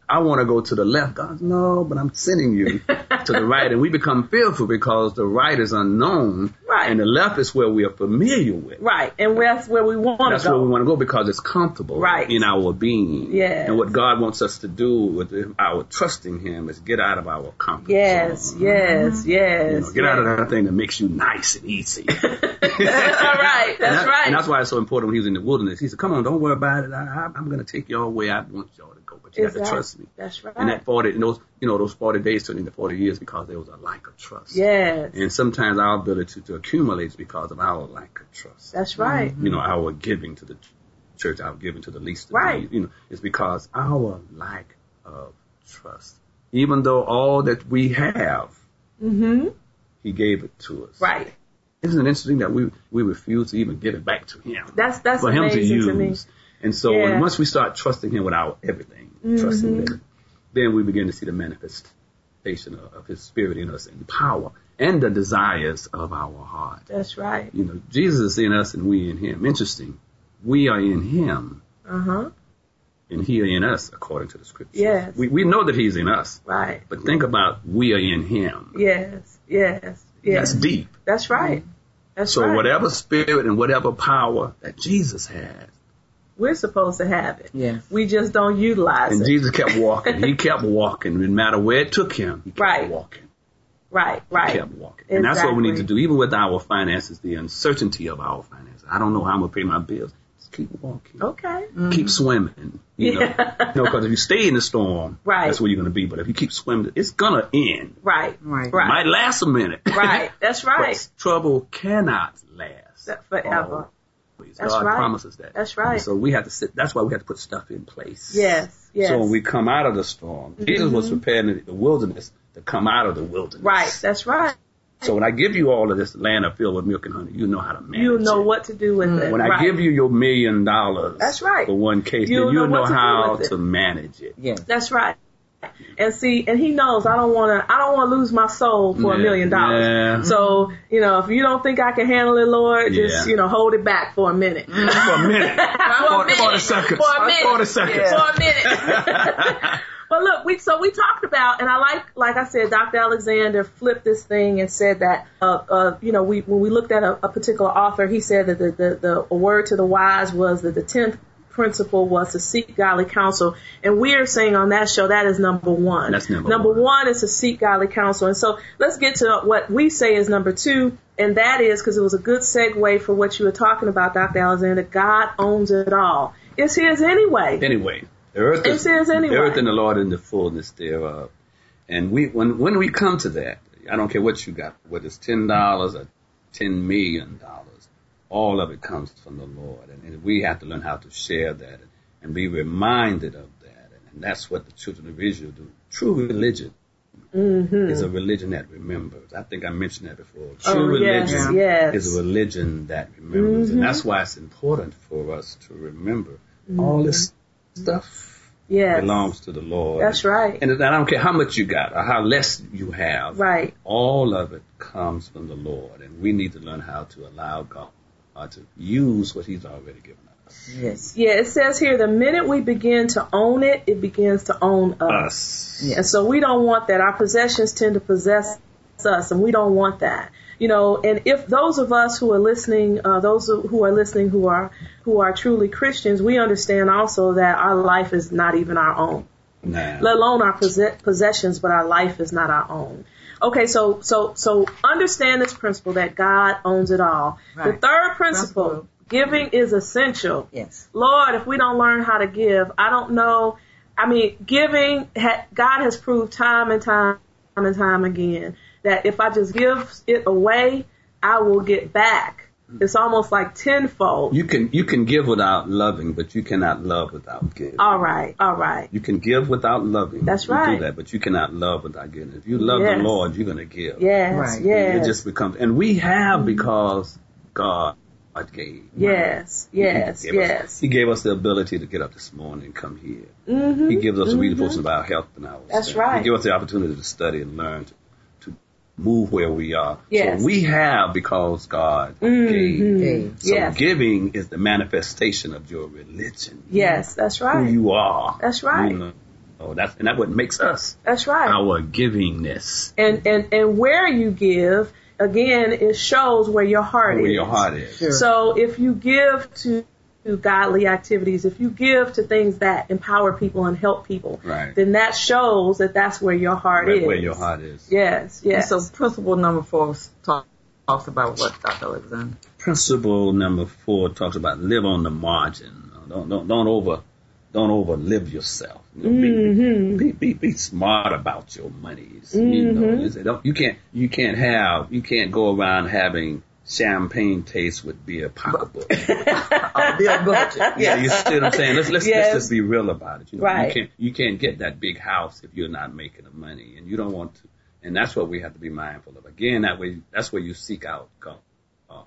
[SPEAKER 4] I want to go to the left. God, no, but I'm sending you to the right. And we become fearful because the right is unknown.
[SPEAKER 3] Right.
[SPEAKER 4] And the left is where we are familiar with.
[SPEAKER 3] Right. And that's where we want
[SPEAKER 4] That's
[SPEAKER 3] to go.
[SPEAKER 4] where we want to go because it's comfortable
[SPEAKER 3] Right.
[SPEAKER 4] in our being.
[SPEAKER 3] Yes.
[SPEAKER 4] And what God wants us to do with our trusting Him is get out of our comfort
[SPEAKER 3] Yes,
[SPEAKER 4] zone.
[SPEAKER 3] yes, yes.
[SPEAKER 4] You know, get out of that thing that makes you nice and easy. That's
[SPEAKER 3] All right,
[SPEAKER 4] and
[SPEAKER 3] that's
[SPEAKER 4] that-
[SPEAKER 3] right.
[SPEAKER 4] And that's why it's so important when he was in the wilderness. He said, come on, don't worry about it. I, I, I'm going to take y'all where I want y'all to go, but you have
[SPEAKER 3] Exact-
[SPEAKER 4] to trust me.
[SPEAKER 3] That's right.
[SPEAKER 4] And that 40, and those, you know, those 40 days turned into 40 years because there was a lack of trust.
[SPEAKER 3] yes,
[SPEAKER 4] And sometimes our ability to, to accumulate is because of our lack of trust
[SPEAKER 3] that's right.
[SPEAKER 4] you know, our giving to the ch- church, our giving to the least, of
[SPEAKER 3] Right.
[SPEAKER 4] these, you know, it's because our lack of trust. Even though all that we have,
[SPEAKER 3] Mm-hmm.
[SPEAKER 4] He gave it to us.
[SPEAKER 3] Right.
[SPEAKER 4] Isn't it interesting that we we refuse to even give it back to Him
[SPEAKER 3] That's that's
[SPEAKER 4] for Him to
[SPEAKER 3] amazing
[SPEAKER 4] use?
[SPEAKER 3] to me.
[SPEAKER 4] And so
[SPEAKER 3] Yeah. Mm-hmm.
[SPEAKER 4] once we start trusting Him with our everything, trusting Him, with everything, then we begin to see the manifestation of, of His Spirit in us and power and the desires of our heart
[SPEAKER 3] That's right.
[SPEAKER 4] you know, Jesus is in us and we in him. Interesting. We are in him
[SPEAKER 3] Uh huh.
[SPEAKER 4] and he are in us according to the scripture.
[SPEAKER 3] Yes.
[SPEAKER 4] We, we know that he's in us,
[SPEAKER 3] Right.
[SPEAKER 4] but think about we are in him.
[SPEAKER 3] Yes. Yes. Yes.
[SPEAKER 4] That's deep. Mm-hmm.
[SPEAKER 3] That's right. That's
[SPEAKER 4] So
[SPEAKER 3] right.
[SPEAKER 4] whatever spirit and whatever power that Jesus had,
[SPEAKER 3] We're supposed to have it.
[SPEAKER 2] Yes.
[SPEAKER 3] We just don't utilize
[SPEAKER 4] and
[SPEAKER 3] it.
[SPEAKER 4] Jesus kept walking. he kept walking. No matter where it took him, he kept
[SPEAKER 3] Right.
[SPEAKER 4] walking.
[SPEAKER 3] right. Right.
[SPEAKER 4] kept walking. And that's what we need to do, even with our finances, the uncertainty of our finances. I don't know how I'm going to pay my bills. Just keep walking.
[SPEAKER 3] Okay.
[SPEAKER 4] keep swimming. You
[SPEAKER 3] Oh. Mm-hmm. Yeah.
[SPEAKER 4] know, because if you stay in the storm,
[SPEAKER 3] Right.
[SPEAKER 4] that's where you're going to be. But if you keep swimming, it's going to end.
[SPEAKER 3] Right.
[SPEAKER 2] Right.
[SPEAKER 3] Right.
[SPEAKER 4] Might last a minute.
[SPEAKER 3] Right. That's right.
[SPEAKER 4] but trouble cannot last
[SPEAKER 3] That- forever.
[SPEAKER 4] Always.
[SPEAKER 3] That's
[SPEAKER 4] God
[SPEAKER 3] right.
[SPEAKER 4] promises that.
[SPEAKER 3] That's right.
[SPEAKER 4] So we have to sit. That's why we have to put stuff in place.
[SPEAKER 3] Yes. Yes. Mm-hmm.
[SPEAKER 4] So when we come out of the storm, Jesus was preparing the wilderness to come out of the wilderness.
[SPEAKER 3] right. That's right.
[SPEAKER 4] So when I give you all of this land filled with milk and honey, you know how to manage.
[SPEAKER 3] You know
[SPEAKER 4] it.
[SPEAKER 3] what to do with it.
[SPEAKER 4] When I
[SPEAKER 3] Right.
[SPEAKER 4] give you your million dollars,
[SPEAKER 3] That's right.
[SPEAKER 4] for one case,
[SPEAKER 3] You'll
[SPEAKER 4] then you
[SPEAKER 3] know what
[SPEAKER 4] know
[SPEAKER 3] to do
[SPEAKER 4] how
[SPEAKER 3] with it.
[SPEAKER 4] to manage it.
[SPEAKER 2] Yes.
[SPEAKER 3] That's right. And see, and he knows I don't want to. I don't want to lose my soul for a
[SPEAKER 4] Yeah,
[SPEAKER 3] million dollars.
[SPEAKER 4] yeah.
[SPEAKER 3] So you know, if you don't think I can handle it, Lord, just
[SPEAKER 4] Yeah.
[SPEAKER 3] you know, hold it back for a minute.
[SPEAKER 4] For a minute,
[SPEAKER 3] for a
[SPEAKER 4] Forty-
[SPEAKER 3] minute.
[SPEAKER 4] forty seconds.
[SPEAKER 3] For a minute.
[SPEAKER 4] Forty seconds.
[SPEAKER 3] For a minute. but look, we so we talked about, and I like like I said, Dr. Alexander flipped this thing and said that uh, uh you know we when we looked at a, a particular author, he said that the, the the a word to the wise was that the tenth principle was to seek godly counsel, and we are saying on that show that is number one.
[SPEAKER 4] That's number
[SPEAKER 3] one
[SPEAKER 4] one.
[SPEAKER 3] one is to seek godly counsel. And so let's get to what we say is number two, and that is because it was a good segue for what you were talking about, Dr. Alexander. God owns it all. It's his anyway.
[SPEAKER 4] Anyway, the earth
[SPEAKER 3] It
[SPEAKER 4] is
[SPEAKER 3] says anyway.
[SPEAKER 4] the earth and the Lord in the fullness thereof. And we when when we come to that, I don't care what you got, whether it's ten dollars or ten million dollars, all of it comes from the Lord, and, and we have to learn how to share that and, be reminded of that, and, that's what the children of Israel do. True religion is a religion that remembers. I think I mentioned that before.
[SPEAKER 3] Mm-hmm.
[SPEAKER 4] True
[SPEAKER 3] Oh, yes,
[SPEAKER 4] religion
[SPEAKER 3] yes. Mm-hmm.
[SPEAKER 4] is a religion that remembers, and that's why it's important for us to remember all this stuff
[SPEAKER 3] Yes.
[SPEAKER 4] belongs to the Lord.
[SPEAKER 3] That's right.
[SPEAKER 4] And I don't care how much you got or how less you have.
[SPEAKER 3] Right.
[SPEAKER 4] All of it comes from the Lord, and we need to learn how to allow God or to use what he's already given us.
[SPEAKER 2] Yes.
[SPEAKER 3] Yeah, it says here the minute we begin to own it, it begins to own us.
[SPEAKER 4] Us.
[SPEAKER 3] And so we don't want that. Our possessions tend to possess us, and we don't want that. You know, and if those of us who are listening, uh, those who are listening who are who are truly Christians, we understand also that our life is not even our own
[SPEAKER 4] Now,
[SPEAKER 3] let alone our posse- possessions, but our life is not our own. Okay, so so so understand this principle that God owns it all. The
[SPEAKER 2] Right.
[SPEAKER 3] third principle,
[SPEAKER 2] Principle.
[SPEAKER 3] giving is essential.
[SPEAKER 2] Yes.
[SPEAKER 3] Lord, if we don't learn how to give, I don't know. I mean, giving, ha- God has proved time and time and time again that if I just give it away, I will get back.
[SPEAKER 2] Mm.
[SPEAKER 3] It's almost like tenfold.
[SPEAKER 4] you can you can give without loving, but you cannot love without giving.
[SPEAKER 3] all right, all right.
[SPEAKER 4] You can give without loving.
[SPEAKER 3] That's
[SPEAKER 4] You do
[SPEAKER 3] right.
[SPEAKER 4] that, but you cannot love without giving. If you love
[SPEAKER 3] Yes.
[SPEAKER 4] the Lord, you're going to give.
[SPEAKER 3] Yes,
[SPEAKER 2] Right.
[SPEAKER 3] yes,
[SPEAKER 4] It just becomes, and we have because God gave.
[SPEAKER 3] yes, yes,
[SPEAKER 4] He gave us-
[SPEAKER 3] yes.
[SPEAKER 4] he gave us the ability to get up this morning and come here.
[SPEAKER 3] Mm-hmm.
[SPEAKER 4] He gives us a reading portion about health and our
[SPEAKER 3] That's
[SPEAKER 4] strength.
[SPEAKER 3] right.
[SPEAKER 4] He gives us the opportunity to study and learn to, to move where we are.
[SPEAKER 3] Yes. Mm-hmm.
[SPEAKER 4] So we have because God gave.
[SPEAKER 2] Dave.
[SPEAKER 4] So
[SPEAKER 3] Yes.
[SPEAKER 4] giving is the manifestation of your religion.
[SPEAKER 3] Yes, that's right.
[SPEAKER 4] Who you are.
[SPEAKER 3] That's right.
[SPEAKER 4] You know. Oh, that's and that what makes us
[SPEAKER 3] that's right.
[SPEAKER 4] our givingness.
[SPEAKER 3] and and and where you give again, it shows where your heart
[SPEAKER 4] Where
[SPEAKER 3] is.
[SPEAKER 4] your heart is.
[SPEAKER 2] Sure.
[SPEAKER 3] So if you give to, to godly activities, if you give to things that empower people and help people,
[SPEAKER 4] Right.
[SPEAKER 3] then that shows that that's where your heart is.
[SPEAKER 4] Where, where your heart is.
[SPEAKER 3] Yes, yes.
[SPEAKER 2] So principle number four talk, talks about what Dr. Alexander.
[SPEAKER 4] principle number four talks about live on the margin. Don't don't don't over don't overlive yourself. You know, Be, be, be be smart about your monies. You know, It's- don't, you can't you can't have you can't go around having champagne taste with beer pocketbook.
[SPEAKER 2] Uh, Bill Budget.
[SPEAKER 4] Yeah, you see what I'm saying? Let's let's,
[SPEAKER 3] Yes.
[SPEAKER 4] let's just be real about it. You, know,
[SPEAKER 3] Right.
[SPEAKER 4] you can't you can't get that big house if you're not making the money, and you don't want to. And that's what we have to be mindful of. Again, that way that's where you seek out God.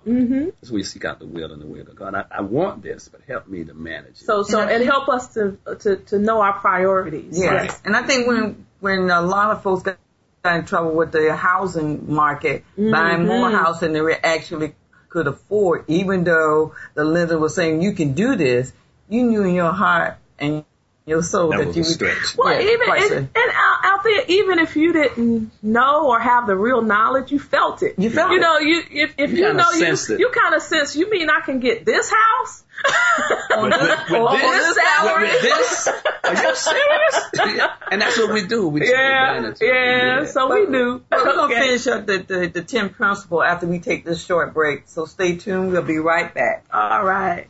[SPEAKER 4] Mm-hmm. That's where you seek out the will and the will of God. I, I want this, but help me to manage it.
[SPEAKER 3] so so and help us to to to know our priorities.
[SPEAKER 2] Yes.
[SPEAKER 4] Right.
[SPEAKER 2] And I think when when a lot of folks got got in trouble with the housing market, buying
[SPEAKER 4] Mm-hmm.
[SPEAKER 2] more house than they were actually could afford, even though the lender was saying you can do this, you knew in your heart and your soul
[SPEAKER 4] That
[SPEAKER 2] that,
[SPEAKER 4] was
[SPEAKER 2] you
[SPEAKER 4] a stretch.
[SPEAKER 3] Well,
[SPEAKER 2] Yeah,
[SPEAKER 3] even
[SPEAKER 2] right,
[SPEAKER 3] and,
[SPEAKER 2] sir.
[SPEAKER 3] and out, out there, even if you didn't know or have the real knowledge, you felt it.
[SPEAKER 2] You felt
[SPEAKER 3] You
[SPEAKER 2] it.
[SPEAKER 3] know, you if if you,
[SPEAKER 4] kinda
[SPEAKER 3] know
[SPEAKER 4] sensed
[SPEAKER 3] you
[SPEAKER 4] it.
[SPEAKER 3] you kind of sense. You mean I can get this house?
[SPEAKER 4] With, with- with
[SPEAKER 2] Oh,
[SPEAKER 4] this,
[SPEAKER 2] this
[SPEAKER 4] with,
[SPEAKER 3] salary?
[SPEAKER 4] with this, are you serious? and that's what we do. We take
[SPEAKER 3] Yeah,
[SPEAKER 4] advantage of it.
[SPEAKER 3] yeah. So we do.
[SPEAKER 2] But we're going to
[SPEAKER 3] Okay.
[SPEAKER 2] finish up the, the, the 10 principle after we take this short break. So stay tuned. We'll be right back.
[SPEAKER 3] All right.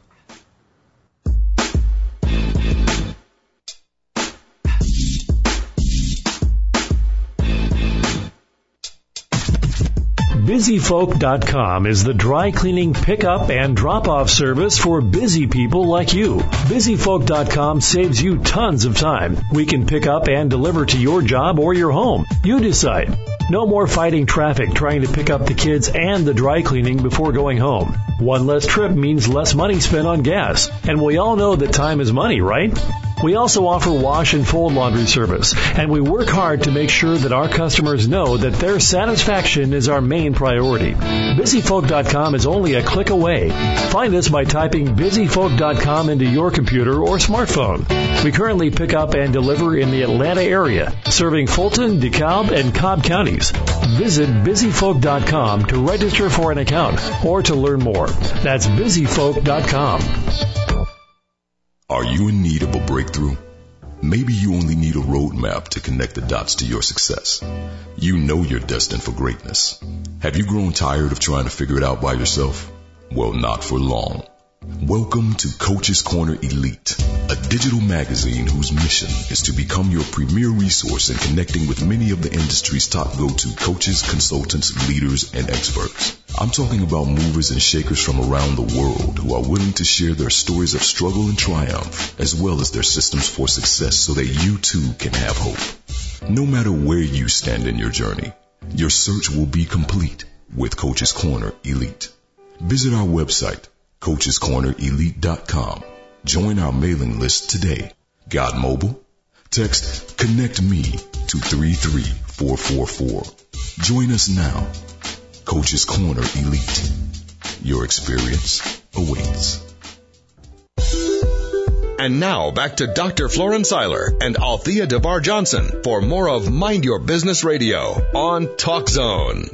[SPEAKER 6] BusyFolk.com is the dry cleaning pickup and drop off service for busy people like you. BusyFolk.com saves you tons of time. We can pick up and deliver to your job or your home. You decide. No more fighting traffic trying to pick up the kids and the dry cleaning before going home. One less trip means less money spent on gas. And we all know that time is money, right? We also offer wash and fold laundry service, and we work hard to make sure that our customers know that their satisfaction is our main priority. BusyFolk.com is only a click away. Find us by typing BusyFolk.com into your computer or smartphone. We currently pick up and deliver in the Atlanta area, serving Fulton, DeKalb, and Cobb counties. Visit BusyFolk.com to register for an account or to learn more. That's BusyFolk.com.
[SPEAKER 5] Are you in need of a breakthrough? Maybe you only need a roadmap to connect the dots to your success. You know you're destined for greatness. Have you grown tired of trying to figure it out by yourself? Well, not for long. Welcome to Coach's Corner Elite, a digital magazine whose mission is to become your premier resource in connecting with many of the industry's top go-to coaches, consultants, leaders, and experts. I'm talking about movers and shakers from around the world who are willing to share their stories of struggle and triumph, as well as their systems for success so that you too can have hope. No matter where you stand in your journey, your search will be complete with Coach's Corner Elite. Visit our website, coachescornerelite.com. Join our mailing list today. Got mobile? Text connect me to 33444. Join us now. Coach's Corner Elite. Your experience awaits.
[SPEAKER 1] And now back to Dr. Florence Seiler and Althea DeBar Johnson for more of Mind Your Business Radio on Talk Zone.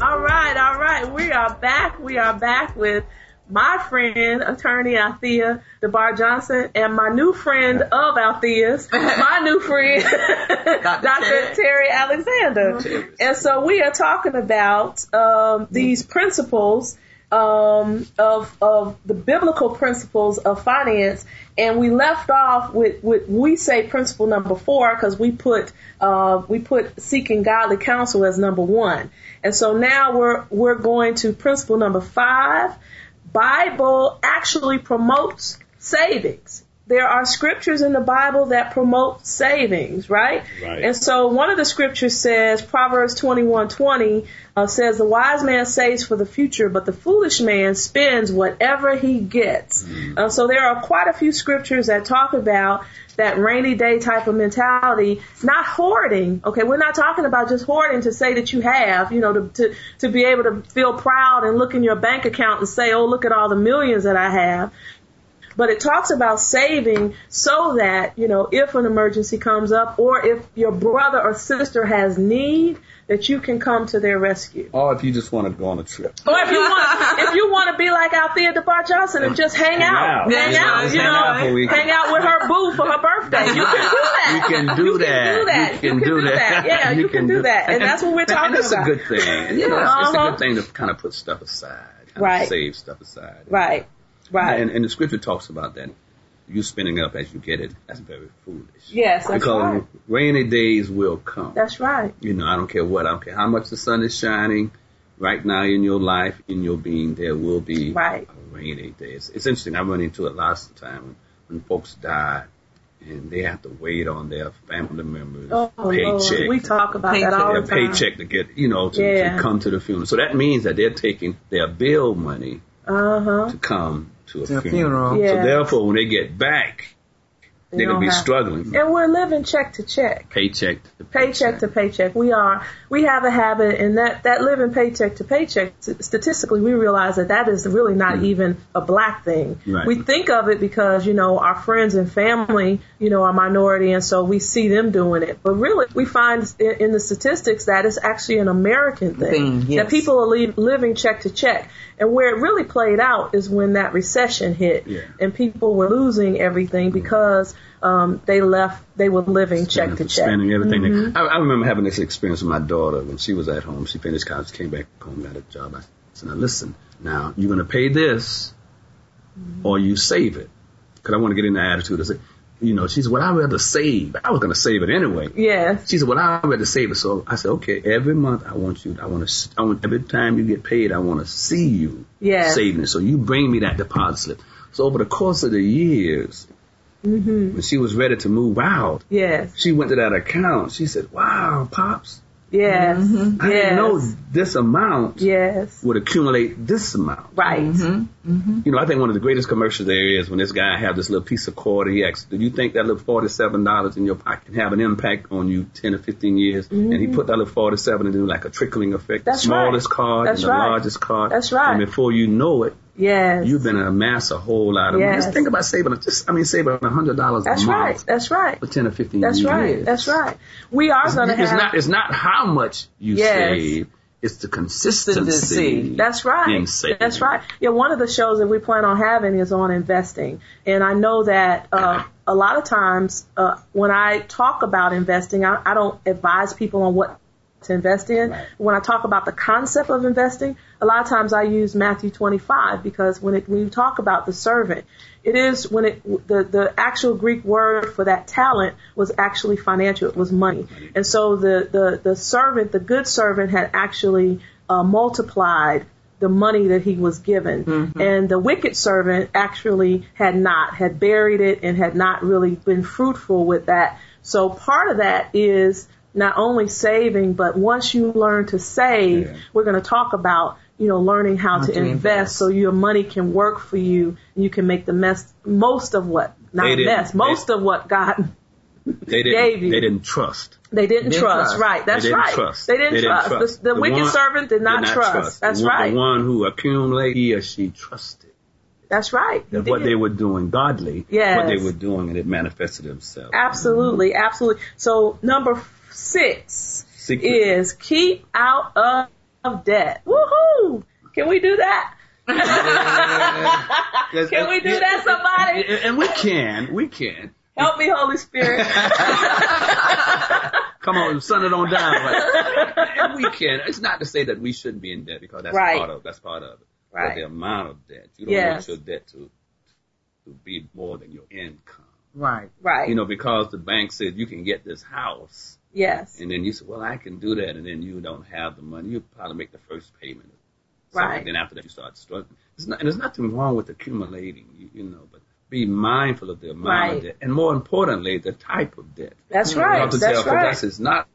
[SPEAKER 3] All right, all right. We are back. We are back with my friend, attorney Althea DeBar Johnson, and my new friend of Althea's, my new friend, Dr.
[SPEAKER 2] Terry.
[SPEAKER 3] Terry Alexander. And so we are talking about um, these principles um, of of the biblical principles of finance, and we left off with, with we say principle number four because we put uh, we put seeking godly counsel as number one, and so now we're we're going to principle number five. Bible actually promotes savings. There are scriptures in the Bible that promote savings, right?
[SPEAKER 7] Right.
[SPEAKER 3] And so one of the scriptures says, Proverbs twenty-one twenty uh, says, The wise man saves for the future, but the foolish man spends whatever he gets. Uh, so there are quite a few scriptures that talk about that rainy day type of mentality, not hoarding. Okay, we're not talking about just hoarding to say that you have, you know, to, to, to be able to feel proud and look in your bank account and say, oh, look at all the millions that I have but it talks about saving so that you know if an emergency comes up or if your brother or sister has need that you can come to their rescue
[SPEAKER 4] Or if you just want to go on a trip.
[SPEAKER 3] or if you want if you want to be like Althea DeBar Johnson and just hang out
[SPEAKER 4] out.
[SPEAKER 3] hang
[SPEAKER 2] Yeah,
[SPEAKER 3] out
[SPEAKER 2] just
[SPEAKER 3] you
[SPEAKER 2] hang
[SPEAKER 3] know
[SPEAKER 2] out
[SPEAKER 4] for a week.
[SPEAKER 3] hang out with her boo for her birthday you can do that
[SPEAKER 4] You can do that.
[SPEAKER 3] you can do that yeah you, can, do that and that's what we're talking
[SPEAKER 4] and that's
[SPEAKER 3] about
[SPEAKER 4] a good thing. You know, it's- it's,
[SPEAKER 3] Uh-huh.
[SPEAKER 4] a good thing to kind of put stuff aside, kind of
[SPEAKER 3] Right.
[SPEAKER 4] save stuff aside.
[SPEAKER 3] right right
[SPEAKER 4] And, and the scripture talks about that. You spinning up as you get it. That's very foolish.
[SPEAKER 3] yes that's
[SPEAKER 4] because
[SPEAKER 3] right
[SPEAKER 4] rainy days will come.
[SPEAKER 3] that's right
[SPEAKER 4] You know, I don't care what, I don't care how much the sun is shining right now in your life, in your being, there will be
[SPEAKER 3] Right.
[SPEAKER 4] a rainy day. It's, it's interesting. I run into it lots of time when, when folks die and they have to wait on their family members'
[SPEAKER 3] oh
[SPEAKER 4] paycheck.
[SPEAKER 3] Lord. we talk about that all
[SPEAKER 4] their
[SPEAKER 3] the time
[SPEAKER 4] paycheck to get, you know, to,
[SPEAKER 3] Yeah.
[SPEAKER 4] to come to the funeral. So that means that they're taking their bill money
[SPEAKER 3] uh huh
[SPEAKER 4] to come to a
[SPEAKER 2] To a
[SPEAKER 4] funeral.
[SPEAKER 2] funeral.
[SPEAKER 3] Yeah.
[SPEAKER 4] So therefore, when they get back, they're going
[SPEAKER 3] don't
[SPEAKER 4] to be
[SPEAKER 3] have-
[SPEAKER 4] struggling from
[SPEAKER 3] and we're living check to check
[SPEAKER 4] paycheck to
[SPEAKER 3] paycheck to paycheck. We are we have a habit, and that that living paycheck to paycheck. s- Statistically, we realize that that is really not even a black thing.
[SPEAKER 4] Mm-hmm. Right.
[SPEAKER 3] We think of it because you know our friends and family, you know, are minority, and so we see them doing it. But really, we find in, in the statistics that it's actually an American thing
[SPEAKER 2] Thing, yes.
[SPEAKER 3] that people are li- living check to check. And where it really played out is when that recession hit,
[SPEAKER 4] Yeah.
[SPEAKER 3] and people were losing everything because um, they left. They were living check to
[SPEAKER 4] spending,
[SPEAKER 3] check.
[SPEAKER 4] spending everything. I, I remember having this experience with my daughter when she was at home. She finished college, came back home, got a job. I said, "Now listen, now you're going to pay this, or you save it." Because I want to get in the attitude of, say, you know, she said, "Well, I'd rather save. I was going to save it anyway."
[SPEAKER 3] Yes.
[SPEAKER 4] She said, "Well, I'd rather save it." So I said, "Okay, every month I want you. I want to. I want every time you get paid, I want to see you
[SPEAKER 3] Yes.
[SPEAKER 4] saving it. So you bring me that deposit slip." So over the course of the years, when she was ready to move out,
[SPEAKER 3] Yes.
[SPEAKER 4] she went to that account. She said, "Wow, pops,
[SPEAKER 3] Yes.
[SPEAKER 4] Mm-hmm. I
[SPEAKER 3] Yes.
[SPEAKER 4] didn't know this amount
[SPEAKER 3] Yes.
[SPEAKER 4] would accumulate this amount."
[SPEAKER 3] Right.
[SPEAKER 4] Mm-hmm. You know, I think one of the greatest commercials there is when this guy have this little piece of cord. and He asks, "Do you think that little forty-seven dollars in your pocket can have an impact on you ten or fifteen years?" And he put that little forty-seven into like a trickling effect.
[SPEAKER 3] Mm-hmm. That's
[SPEAKER 4] the smallest
[SPEAKER 3] right.
[SPEAKER 4] card
[SPEAKER 3] That's
[SPEAKER 4] and the
[SPEAKER 3] right.
[SPEAKER 4] largest card.
[SPEAKER 3] That's right.
[SPEAKER 4] And before you know it,
[SPEAKER 3] Yes.
[SPEAKER 4] you've been amass a whole lot of money.
[SPEAKER 3] Yes.
[SPEAKER 4] Just think about saving. Just I mean, saving a hundred dollars a
[SPEAKER 3] That's
[SPEAKER 4] month
[SPEAKER 3] right. That's right.
[SPEAKER 4] for ten or fifteen
[SPEAKER 3] That's
[SPEAKER 4] years.
[SPEAKER 3] right. That's right. We are going to
[SPEAKER 4] it's
[SPEAKER 3] have.
[SPEAKER 4] not it's not how much you
[SPEAKER 3] Yes.
[SPEAKER 4] save it's the consistency
[SPEAKER 2] Consistency.
[SPEAKER 3] That's right.
[SPEAKER 4] in saving.
[SPEAKER 3] That's right. Yeah, one of the shows that we plan on having is on investing, and I know that uh, a lot of times uh, when I talk about investing, I, I don't advise people on what to invest in. When I talk about the concept of investing, a lot of times I use Matthew 25 because when it, when you talk about the servant, it is when it the the actual Greek word for that talent was actually financial. It was money, and so the the the servant, the good servant, had actually uh, multiplied the money that he was given. And the wicked servant actually had not, had buried it and had not really been fruitful with that. So part of that is not only saving, but once you learn to save,
[SPEAKER 4] Yeah.
[SPEAKER 3] we're going to talk about, you know, learning how, to,
[SPEAKER 2] to
[SPEAKER 3] invest,
[SPEAKER 2] invest.
[SPEAKER 3] so your money can work for you and you can make the mess, most of what, not
[SPEAKER 4] They didn't-
[SPEAKER 3] mess, most
[SPEAKER 4] they-
[SPEAKER 3] of what God
[SPEAKER 4] They didn't.
[SPEAKER 3] Gave you.
[SPEAKER 4] They didn't trust.
[SPEAKER 3] They didn't,
[SPEAKER 2] Didn't
[SPEAKER 3] trust.
[SPEAKER 2] trust.
[SPEAKER 3] Right. That's
[SPEAKER 4] they didn't
[SPEAKER 3] right.
[SPEAKER 4] Trust.
[SPEAKER 3] They didn't trust. The, the, wicked
[SPEAKER 4] one
[SPEAKER 3] servant did not, trust. That's
[SPEAKER 4] the one,
[SPEAKER 3] right.
[SPEAKER 4] The one who accumulated, he or she trusted
[SPEAKER 3] That's right. You
[SPEAKER 4] that what
[SPEAKER 3] did.
[SPEAKER 4] they were doing godly, what
[SPEAKER 3] Yes.
[SPEAKER 4] they were doing, and it manifested themselves.
[SPEAKER 3] Absolutely, absolutely. So number six
[SPEAKER 4] Secret-
[SPEAKER 3] is keep out of, of debt. Woohoo! Can we do that?
[SPEAKER 4] Yes,
[SPEAKER 3] Can
[SPEAKER 4] and-
[SPEAKER 3] we do that, somebody?
[SPEAKER 4] And, and we can. We can.
[SPEAKER 3] Help me, Holy Spirit.
[SPEAKER 4] Come on, son it on down. Like, and we can. It's not to say that we shouldn't be in debt because that's
[SPEAKER 3] Right.
[SPEAKER 4] part of that's part of it. But
[SPEAKER 3] Right.
[SPEAKER 4] the amount of debt. You don't
[SPEAKER 3] Yes.
[SPEAKER 4] want your debt to to be more than your income.
[SPEAKER 2] Right.
[SPEAKER 3] right.
[SPEAKER 4] You know, because the bank said you can get this house
[SPEAKER 3] yes.
[SPEAKER 4] And then you say, well, I can do that. And then you don't have the money. You probably make the first payment. So
[SPEAKER 3] Right.
[SPEAKER 4] Then after that, you start struggling. It's not, and there's nothing wrong with accumulating, you, you know, but be mindful of the amount
[SPEAKER 3] Right.
[SPEAKER 4] of debt. And more importantly, the type of debt.
[SPEAKER 3] That's
[SPEAKER 4] You
[SPEAKER 3] right.
[SPEAKER 4] have to
[SPEAKER 3] That's
[SPEAKER 4] tell, 'cause
[SPEAKER 3] right.
[SPEAKER 4] that's- It's not,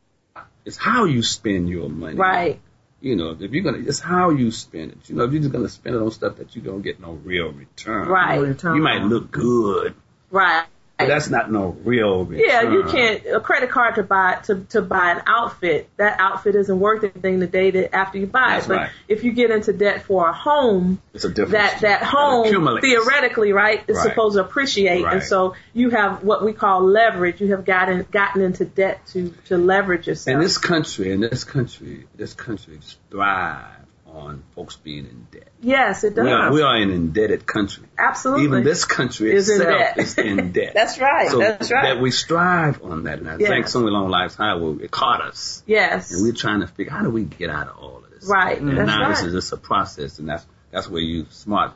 [SPEAKER 4] it's how you spend your money.
[SPEAKER 3] Right.
[SPEAKER 4] You know, if you're going to, it's how you spend it. You know, if you're just going to spend it on stuff that you don't get no real return.
[SPEAKER 3] Right.
[SPEAKER 2] No return.
[SPEAKER 4] You might look good,
[SPEAKER 3] Right.
[SPEAKER 4] but that's not no real return.
[SPEAKER 3] Yeah, you can't a credit card to buy to to buy an outfit. That outfit isn't worth anything the day that after you buy
[SPEAKER 4] That's
[SPEAKER 3] it. But
[SPEAKER 4] right.
[SPEAKER 3] if you get into debt for a home,
[SPEAKER 4] It's a difference.
[SPEAKER 3] that that home
[SPEAKER 4] accumulates.
[SPEAKER 3] theoretically, right, is
[SPEAKER 4] Right.
[SPEAKER 3] supposed to appreciate, and
[SPEAKER 4] Right.
[SPEAKER 3] so you have what we call leverage. You have gotten gotten into debt to to leverage yourself.
[SPEAKER 4] And this country, and this country, this country thrive on folks being in debt.
[SPEAKER 3] yes, it does.
[SPEAKER 4] We are, we are an indebted country.
[SPEAKER 3] Absolutely.
[SPEAKER 4] Even this country
[SPEAKER 3] Is in
[SPEAKER 4] itself
[SPEAKER 3] debt.
[SPEAKER 4] is in debt.
[SPEAKER 3] That's right,
[SPEAKER 4] So
[SPEAKER 3] that's right.
[SPEAKER 4] That we strive on that, and I
[SPEAKER 3] Yes.
[SPEAKER 4] think somewhere along life's highway it caught us,
[SPEAKER 3] yes,
[SPEAKER 4] and we're trying to figure how do we get out of all of this.
[SPEAKER 3] right.
[SPEAKER 4] And
[SPEAKER 3] That's
[SPEAKER 4] now
[SPEAKER 3] right.
[SPEAKER 4] this is just a process, and that's that's where you smart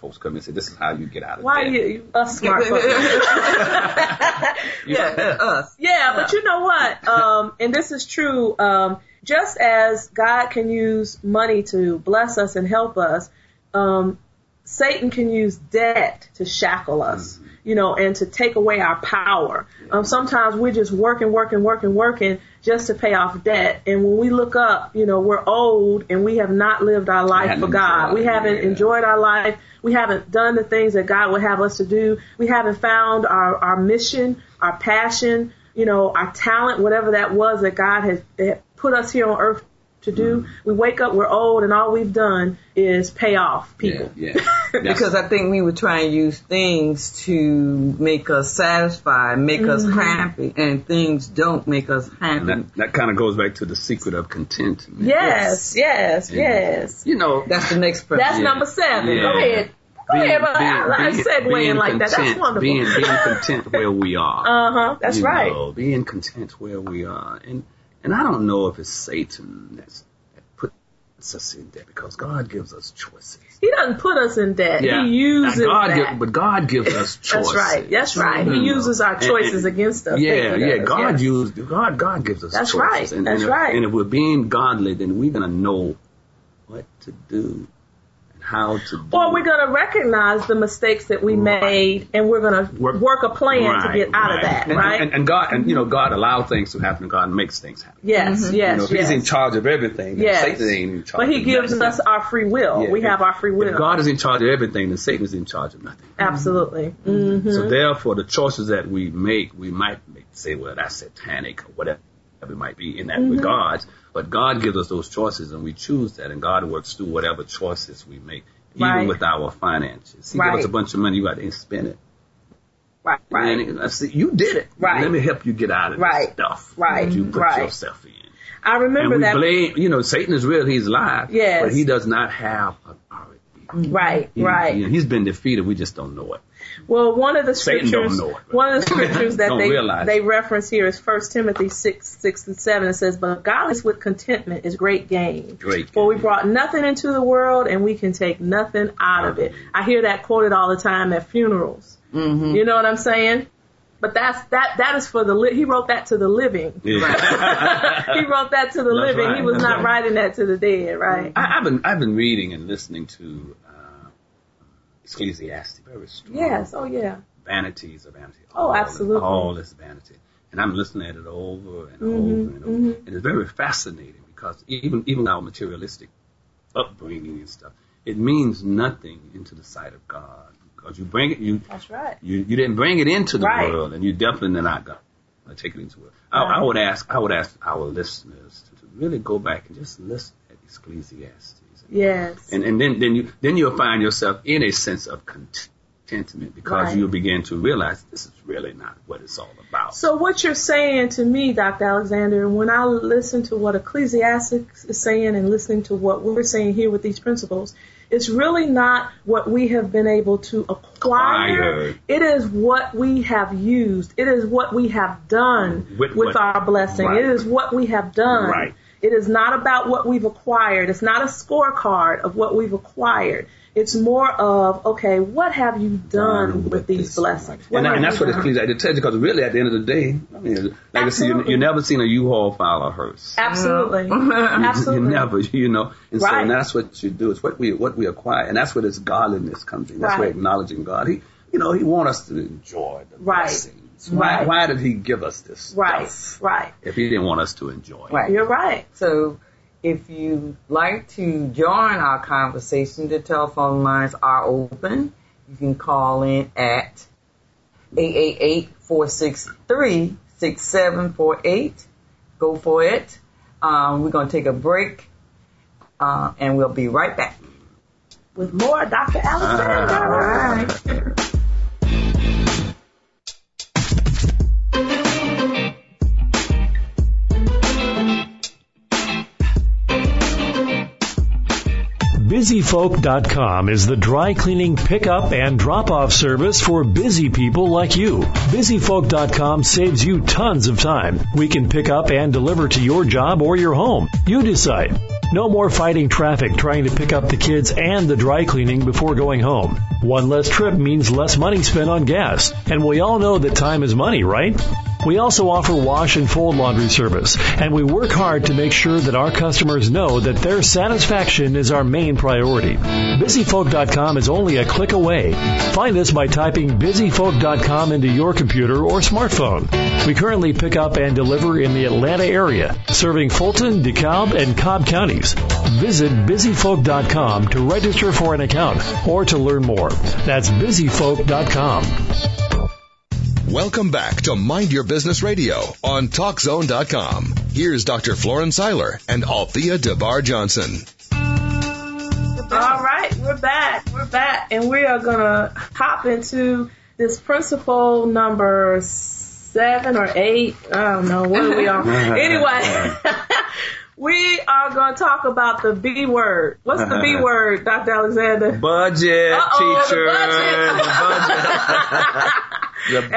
[SPEAKER 4] folks come and say, "This is how you get out of
[SPEAKER 3] Why
[SPEAKER 4] debt."
[SPEAKER 3] you, you us smart folks?
[SPEAKER 2] Yeah, that's us.
[SPEAKER 3] Yeah, but you know what? Um, and this is true. Um, just as God can use money to bless us and help us, um, Satan can use debt to shackle us,
[SPEAKER 4] Mm-hmm.
[SPEAKER 3] you know, and to take away our power. Um, sometimes we're just working, working, working, working just to pay off debt. And when we look up, you know, we're old and we have not lived our life
[SPEAKER 4] haven't
[SPEAKER 3] for God.
[SPEAKER 4] enjoyed,
[SPEAKER 3] We haven't
[SPEAKER 4] yeah.
[SPEAKER 3] enjoyed our life. We haven't done the things that God would have us to do. We haven't found our, our mission, our passion, you know, our talent, whatever that was that God has had put us here on earth to do.
[SPEAKER 4] Mm-hmm.
[SPEAKER 3] We wake up, we're old, and all we've done is pay off people.
[SPEAKER 4] yeah, yeah. That's-
[SPEAKER 2] Because I think we would try and use things to make us satisfied, make us happy, and things don't make us
[SPEAKER 4] and
[SPEAKER 2] happy.
[SPEAKER 4] that, that kind of goes back to the secret of contentment.
[SPEAKER 3] Yes, yes, yes.
[SPEAKER 4] You know,
[SPEAKER 2] That's the next person.
[SPEAKER 3] That's number seven.
[SPEAKER 4] Yeah.
[SPEAKER 3] Go ahead. Go ahead, but I, I
[SPEAKER 4] being-
[SPEAKER 3] segueing
[SPEAKER 4] being
[SPEAKER 3] like that. That's
[SPEAKER 4] content,
[SPEAKER 3] wonderful.
[SPEAKER 4] Being, being content where we are.
[SPEAKER 3] uh huh. That's
[SPEAKER 4] you
[SPEAKER 3] right.
[SPEAKER 4] Know, being content where we are. And and I don't know if it's Satan that's, that puts us in debt because God gives us choices.
[SPEAKER 3] He doesn't put us in debt.
[SPEAKER 4] Yeah.
[SPEAKER 3] He uses
[SPEAKER 4] Now, God
[SPEAKER 3] that.
[SPEAKER 4] give- but God gives us choices.
[SPEAKER 3] That's right. That's right.
[SPEAKER 4] You
[SPEAKER 3] He
[SPEAKER 4] know.
[SPEAKER 3] uses our
[SPEAKER 4] Mm-hmm. And-
[SPEAKER 3] choices
[SPEAKER 4] and-
[SPEAKER 3] against us.
[SPEAKER 4] Yeah,
[SPEAKER 3] Thank you,
[SPEAKER 4] yeah. God
[SPEAKER 3] Yes.
[SPEAKER 4] used God. God gives us
[SPEAKER 3] That's
[SPEAKER 4] choices.
[SPEAKER 3] right.
[SPEAKER 4] And,
[SPEAKER 3] That's
[SPEAKER 4] and if,
[SPEAKER 3] right.
[SPEAKER 4] And if we're being godly, then we're gonna know what to do and how to. do
[SPEAKER 3] Or we're
[SPEAKER 4] it.
[SPEAKER 3] going to recognize the mistakes that we
[SPEAKER 4] Right.
[SPEAKER 3] made, and we're going to
[SPEAKER 4] Work-
[SPEAKER 3] work a plan to
[SPEAKER 4] Right,
[SPEAKER 3] get out of
[SPEAKER 4] right.
[SPEAKER 3] that.
[SPEAKER 4] And,
[SPEAKER 3] Right?
[SPEAKER 4] And, and God, and you know, God allows things to happen. God makes things happen.
[SPEAKER 3] yes, yes,
[SPEAKER 4] You know, if
[SPEAKER 3] yes.
[SPEAKER 4] He's in charge of everything, then
[SPEAKER 3] Yes.
[SPEAKER 4] Satan ain't in charge.
[SPEAKER 3] but He
[SPEAKER 4] of
[SPEAKER 3] gives
[SPEAKER 4] nothing.
[SPEAKER 3] us our free will.
[SPEAKER 4] Yeah,
[SPEAKER 3] we
[SPEAKER 4] if-
[SPEAKER 3] have our free will.
[SPEAKER 4] If God is in charge of everything, then Satan is in charge of nothing.
[SPEAKER 3] Absolutely.
[SPEAKER 4] Mm-hmm.
[SPEAKER 3] Mm.
[SPEAKER 4] So therefore, the choices that we make, we might make, say, well, that's satanic or whatever it might be in that
[SPEAKER 3] Mm-hmm.
[SPEAKER 4] regard. But God gives us those choices, and we choose that, and God works through whatever choices we make, even
[SPEAKER 3] Right.
[SPEAKER 4] with our finances. He
[SPEAKER 3] Right.
[SPEAKER 4] gives us a bunch of money, you got to spend it.
[SPEAKER 3] Right. Right.
[SPEAKER 4] And I see, you did it.
[SPEAKER 3] Right.
[SPEAKER 4] Let me help you get out of
[SPEAKER 3] Right.
[SPEAKER 4] this stuff
[SPEAKER 3] Right.
[SPEAKER 4] that you put
[SPEAKER 3] Right.
[SPEAKER 4] yourself in.
[SPEAKER 3] I
[SPEAKER 4] And
[SPEAKER 3] remember
[SPEAKER 4] we
[SPEAKER 3] that.
[SPEAKER 4] blame, you know, Satan is real. He's alive.
[SPEAKER 3] Yes.
[SPEAKER 4] But he does not have authority.
[SPEAKER 3] Right,
[SPEAKER 4] He-
[SPEAKER 3] right.
[SPEAKER 4] you know, he's been defeated. We just don't know it.
[SPEAKER 3] Well, one of the
[SPEAKER 4] Satan don't
[SPEAKER 3] scriptures,
[SPEAKER 4] know it.
[SPEAKER 3] one of the scriptures that
[SPEAKER 4] Don't
[SPEAKER 3] they
[SPEAKER 4] realize.
[SPEAKER 3] they reference here is First Timothy six six and seven. It says, "But godliness with contentment is great gain.
[SPEAKER 4] Great
[SPEAKER 3] For we
[SPEAKER 4] gain.
[SPEAKER 3] brought nothing into the world, and we can take nothing out of it." I hear that quoted all the time at funerals. Mm-hmm. You know what I'm saying? But that's that that is for the li- he wrote that to the living. He wrote that to the
[SPEAKER 4] That's
[SPEAKER 3] living. he
[SPEAKER 4] right,
[SPEAKER 3] was
[SPEAKER 4] that's
[SPEAKER 3] not
[SPEAKER 4] right. Mm-hmm.
[SPEAKER 3] writing that to the dead, right?
[SPEAKER 4] I, I've been I've been reading and listening to uh, Ecclesiastes. Very strong.
[SPEAKER 3] Yes. Oh yeah.
[SPEAKER 4] Vanities of vanity.
[SPEAKER 3] Oh,
[SPEAKER 4] All-
[SPEAKER 3] absolutely. Mm-hmm,
[SPEAKER 4] All this vanity. And I'm listening at it over and over and over. And it's very fascinating because even even our materialistic upbringing and stuff, it means nothing into the sight of God because you bring it you
[SPEAKER 3] That's right.
[SPEAKER 4] you, you didn't bring it into the
[SPEAKER 3] Right.
[SPEAKER 4] world, and you definitely not God. uh, taking these words. I, I would ask, I would ask our listeners to really go back and just listen at Ecclesiastes,
[SPEAKER 3] Yes.
[SPEAKER 4] and and then then you then you'll find yourself in a sense of contentment because
[SPEAKER 3] Right.
[SPEAKER 4] you begin to realize this is really not what it's all about.
[SPEAKER 3] So what you're saying to me, Dr. Alexander, when I listen to what Ecclesiastics is saying and listening to what we're saying here with these principles, it's really not what we have been able to acquire.
[SPEAKER 4] Acquire.
[SPEAKER 3] It is what we have used. It is what we have done
[SPEAKER 4] With
[SPEAKER 3] with,
[SPEAKER 4] what-
[SPEAKER 3] our blessing.
[SPEAKER 4] right.
[SPEAKER 3] It is what we have done.
[SPEAKER 4] Right.
[SPEAKER 3] It is not about what we've acquired. It's not a scorecard of what we've acquired. It's more of, okay, what have you done um, with, these blessings?
[SPEAKER 4] And,
[SPEAKER 3] have
[SPEAKER 4] and that's
[SPEAKER 3] you
[SPEAKER 4] what it's
[SPEAKER 3] done?
[SPEAKER 4] pleased. I just tell you because really, at the end of the day, I mean, like I said, you,
[SPEAKER 3] Absolutely.
[SPEAKER 4] you never seen a U-Haul file or hearse.
[SPEAKER 3] Absolutely.
[SPEAKER 4] You
[SPEAKER 3] Absolutely.
[SPEAKER 4] never, you know. And so
[SPEAKER 3] Right.
[SPEAKER 4] and that's what you do. It's what we what we acquire, and that's where this godliness comes in. That's where
[SPEAKER 3] Right.
[SPEAKER 4] acknowledging God. He, you know, He wants us to enjoy the
[SPEAKER 3] Right.
[SPEAKER 4] blessings. Why,
[SPEAKER 2] Right.
[SPEAKER 4] why did He give us this?
[SPEAKER 3] Right,
[SPEAKER 4] stuff
[SPEAKER 3] right.
[SPEAKER 4] If He didn't want us to enjoy it.
[SPEAKER 2] Right.
[SPEAKER 3] You're right.
[SPEAKER 2] So if you'd like to join our conversation, the telephone lines are open. You can call in at 888-463-6748. Go for it. Um, we're going to take a break, uh, and we'll be right back.
[SPEAKER 3] With more Dr. Alexander.
[SPEAKER 4] All
[SPEAKER 6] BusyFolk.com is the dry cleaning pickup and drop off service for busy people like you. BusyFolk.com saves you tons of time. We can pick up and deliver to your job or your home. You decide. No more fighting traffic trying to pick up the kids and the dry cleaning before going home. One less trip means less money spent on gas. And we all know that time is money, right? We also offer wash and fold laundry service, and we work hard to make sure that our customers know that their satisfaction is our main priority. BusyFolk.com is only a click away. Find us by typing BusyFolk.com into your computer or smartphone. We currently pick up and deliver in the Atlanta area, serving Fulton, DeKalb, and Cobb counties. Visit BusyFolk.com to register for an account or to learn more. That's BusyFolk.com.
[SPEAKER 1] Welcome back to Mind Your Business Radio on TalkZone.com. Here's Dr. Florence Seiler and Althea DeBar Johnson.
[SPEAKER 3] All right, we're back. We're back, and we are gonna hop into this principle number seven or eight. I don't know what are we on. anyway, we are gonna talk about the B word. What's the B word, Dr. Alexander?
[SPEAKER 4] Budget,
[SPEAKER 3] Uh-oh, the
[SPEAKER 4] Uh-huh. teacher. The budget. the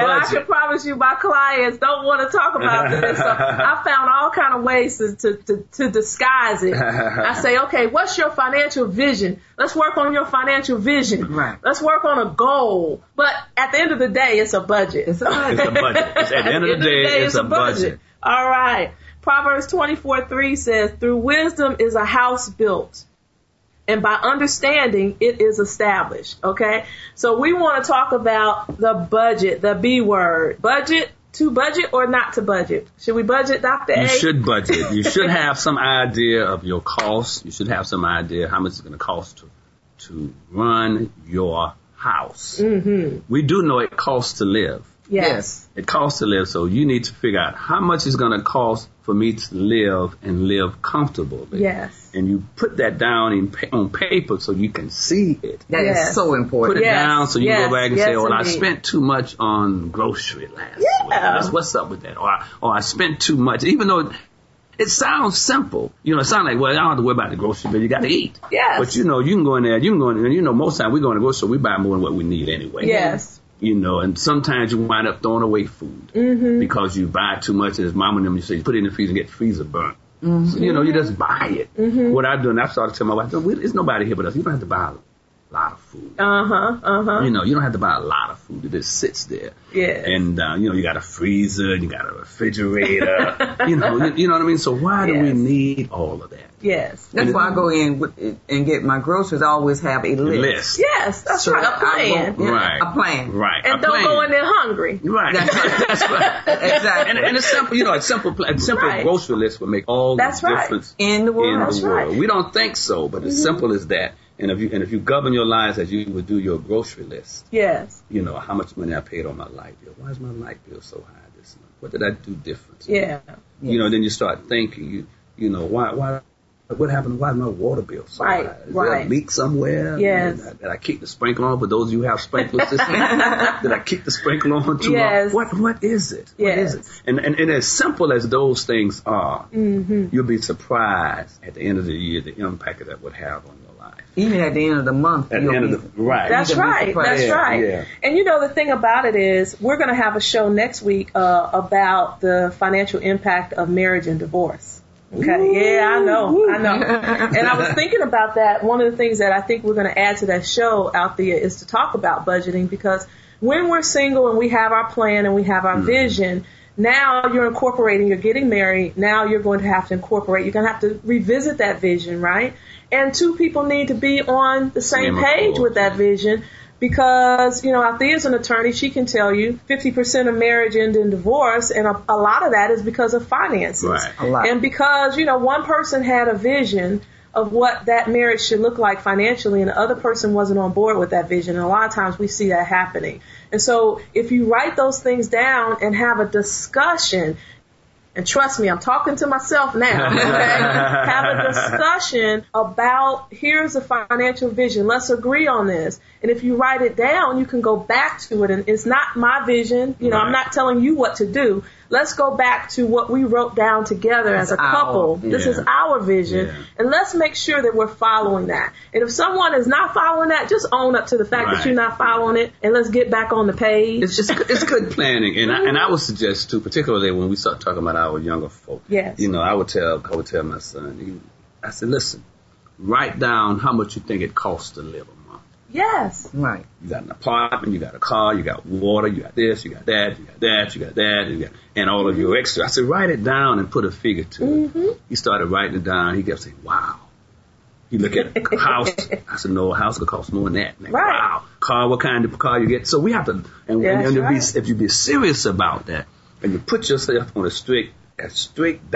[SPEAKER 3] And I
[SPEAKER 4] budget.
[SPEAKER 3] can promise you, my clients don't want to talk about this. So I found all kind of ways to, to, to, to disguise it. I say, okay, what's your financial vision? Let's work on your financial vision.
[SPEAKER 2] Right.
[SPEAKER 3] Let's work on a goal. But at the end of the day, it's a budget.
[SPEAKER 2] It's all
[SPEAKER 4] It's a
[SPEAKER 2] right.
[SPEAKER 4] budget. It's- at the end of the day, it's a budget.
[SPEAKER 3] All right. Proverbs 24 3 says, Through wisdom is a house built, and by understanding it is established. Okay? So we want to talk about the budget, the B word. Budget, to budget or not to budget? Should we budget, Dr.
[SPEAKER 4] You
[SPEAKER 3] a?
[SPEAKER 4] should budget. You should have some idea of your costs. You should have some idea how much it's going to cost to to run your house.
[SPEAKER 3] Mm-hmm.
[SPEAKER 4] We do know it costs to live.
[SPEAKER 3] Yes.
[SPEAKER 4] It costs to live, so you need to figure out how much it's going to cost for me to live and live comfortably.
[SPEAKER 3] Yes.
[SPEAKER 4] And you put that down in pa- on paper so you can see it.
[SPEAKER 2] That is
[SPEAKER 3] Yes.
[SPEAKER 2] so
[SPEAKER 4] Put
[SPEAKER 2] important.
[SPEAKER 4] it
[SPEAKER 3] Yes,
[SPEAKER 4] down so you can go
[SPEAKER 3] yes,
[SPEAKER 4] back and
[SPEAKER 3] yes,
[SPEAKER 4] say, "Well, I
[SPEAKER 3] indeed.
[SPEAKER 4] spent too much on grocery last week.
[SPEAKER 3] Yeah.
[SPEAKER 4] That's- What's up with that?" Or, I- "Or I spent too much," even though it- it sounds simple. You know, it sounds like, "Well, I don't have to worry about the grocery, but you got to eat."
[SPEAKER 3] Yes.
[SPEAKER 4] But you know, you can go in there. You can go in there. and You know, most time we go in the grocery, we buy more than what we need anyway.
[SPEAKER 3] Yes.
[SPEAKER 4] You know, and sometimes you wind up throwing away food
[SPEAKER 3] Mm-hmm.
[SPEAKER 4] because you buy too much. And as mom and them, you say, "Put it in the freezer and get freezer burnt." So,
[SPEAKER 3] Mm-hmm.
[SPEAKER 4] you know, you just buy it. What I've done, I started telling my wife, "Look, we- "There's nobody here but us. You don't have to buy a lot of food."
[SPEAKER 3] Uh huh. Uh huh.
[SPEAKER 4] You know, you don't have to buy a lot of food. It just sits there.
[SPEAKER 3] Yes.
[SPEAKER 4] And, uh, you know, you got a freezer, you got a refrigerator. you know, you, you know what I mean? So why do we
[SPEAKER 3] Yes.
[SPEAKER 4] need all of that?
[SPEAKER 3] Yes.
[SPEAKER 2] That's why I go in with, and get my groceries. I always have a
[SPEAKER 4] The
[SPEAKER 2] list.
[SPEAKER 4] list.
[SPEAKER 3] Yes. That's
[SPEAKER 2] So
[SPEAKER 3] right. A
[SPEAKER 2] that I
[SPEAKER 3] plan.
[SPEAKER 2] won't- yeah,
[SPEAKER 4] Right.
[SPEAKER 2] A plan.
[SPEAKER 4] Right.
[SPEAKER 3] And
[SPEAKER 4] A
[SPEAKER 3] don't
[SPEAKER 4] plan.
[SPEAKER 3] go in there hungry.
[SPEAKER 4] Right.
[SPEAKER 2] That's right.
[SPEAKER 4] That's right.
[SPEAKER 2] Exactly.
[SPEAKER 4] And, and a simple, you know, a simple, pla- a simple
[SPEAKER 3] Right.
[SPEAKER 4] grocery list will make all
[SPEAKER 3] That's
[SPEAKER 4] the
[SPEAKER 3] right.
[SPEAKER 4] difference
[SPEAKER 2] in the
[SPEAKER 4] in
[SPEAKER 2] world.
[SPEAKER 3] That's
[SPEAKER 4] the world.
[SPEAKER 3] right. Mm-hmm.
[SPEAKER 4] We don't think so, but as simple as that. And if you and if you govern your lives as you would do your grocery list,
[SPEAKER 3] Yes.
[SPEAKER 4] you know how much money I paid on my light bill. Why is my light bill so high this month? What did I do different?
[SPEAKER 3] Yeah.
[SPEAKER 4] You know, then you start thinking, you you know, why why what happened? Why my water bill? So
[SPEAKER 3] Right,
[SPEAKER 4] high? Is there
[SPEAKER 3] right.
[SPEAKER 4] a leak somewhere?
[SPEAKER 3] Yes.
[SPEAKER 4] Did I, did I kick the sprinkler on? For those of you who have sprinkler systems, did I kick the sprinkler on too
[SPEAKER 3] Yes.
[SPEAKER 4] long? What what is it? What
[SPEAKER 3] Yes.
[SPEAKER 4] is it? And, and and as simple as those things are,
[SPEAKER 3] hmm
[SPEAKER 4] you'll be surprised at the end of the year the impact that that would have on your life.
[SPEAKER 2] Even at the end of the month.
[SPEAKER 4] At the
[SPEAKER 2] you'll
[SPEAKER 4] end
[SPEAKER 2] be-
[SPEAKER 4] of the right.
[SPEAKER 3] That's
[SPEAKER 2] Even
[SPEAKER 3] right.
[SPEAKER 2] with the
[SPEAKER 3] That's
[SPEAKER 2] price.
[SPEAKER 3] right.
[SPEAKER 4] Yeah.
[SPEAKER 3] And you know the thing about it is we're going to have a show next week uh, about the financial impact of marriage and divorce. Okay. yeah, I know. I know. and I was thinking about that. One of the things that I think we're going to add to that show, Althea, is to talk about budgeting because when we're single and we have our plan and we have
[SPEAKER 4] Mm.
[SPEAKER 3] our vision, now you're incorporating, you're getting married, now you're going to have to incorporate, you're going to have to revisit that vision, right? And two people need to be on the same
[SPEAKER 4] Same accord.
[SPEAKER 3] page with that vision because, you know, Althea's an attorney, she can tell you 50% of marriage end in divorce and a, a lot of that is because of finances.
[SPEAKER 4] Right.
[SPEAKER 2] A lot.
[SPEAKER 3] And because, you know, one person had a vision of what that marriage should look like financially and the other person wasn't on board with that vision. And a lot of times we see that happening. And so if you write those things down and have a discussion, and trust me, I'm talking to myself now. Okay? Have a discussion about here's a financial vision. Let's agree on this. And if you write it down, you can go back to it. And it's not my vision. You know, I'm
[SPEAKER 4] Right.
[SPEAKER 3] not telling you what to do. Let's go back to what we wrote down together as a
[SPEAKER 2] That's our-
[SPEAKER 3] couple. This is
[SPEAKER 4] Yeah.
[SPEAKER 3] our vision.
[SPEAKER 4] Yeah.
[SPEAKER 3] And let's make sure that we're following that. And if someone is not following that, just own up to the fact that
[SPEAKER 4] Right.
[SPEAKER 3] you're not following it and let's get back on the page.
[SPEAKER 4] It's just it's good planning, and I, and I would suggest too, particularly when we start talking about our younger folk.
[SPEAKER 3] Yes.
[SPEAKER 4] You know, I would tell I would tell my son. He, I said, listen, write down how much you think it costs to live a month.
[SPEAKER 3] yes.
[SPEAKER 2] Right.
[SPEAKER 4] You got an apartment, you got a car, you got water, you got this, you got that, you got that, you got that, you got, and all of your extra. I said, write it down and put a figure to
[SPEAKER 3] Mm-hmm.
[SPEAKER 4] it. He started writing it down. He kept saying, wow. He look at a house. I said, no, a house could cost more than that. Like,
[SPEAKER 3] Right.
[SPEAKER 4] Wow. Car, what kind of car you get? So we have to, and,
[SPEAKER 3] That's
[SPEAKER 4] and, and
[SPEAKER 3] right.
[SPEAKER 4] if, you, if you be serious about that, and you put yourself on a strict, a strict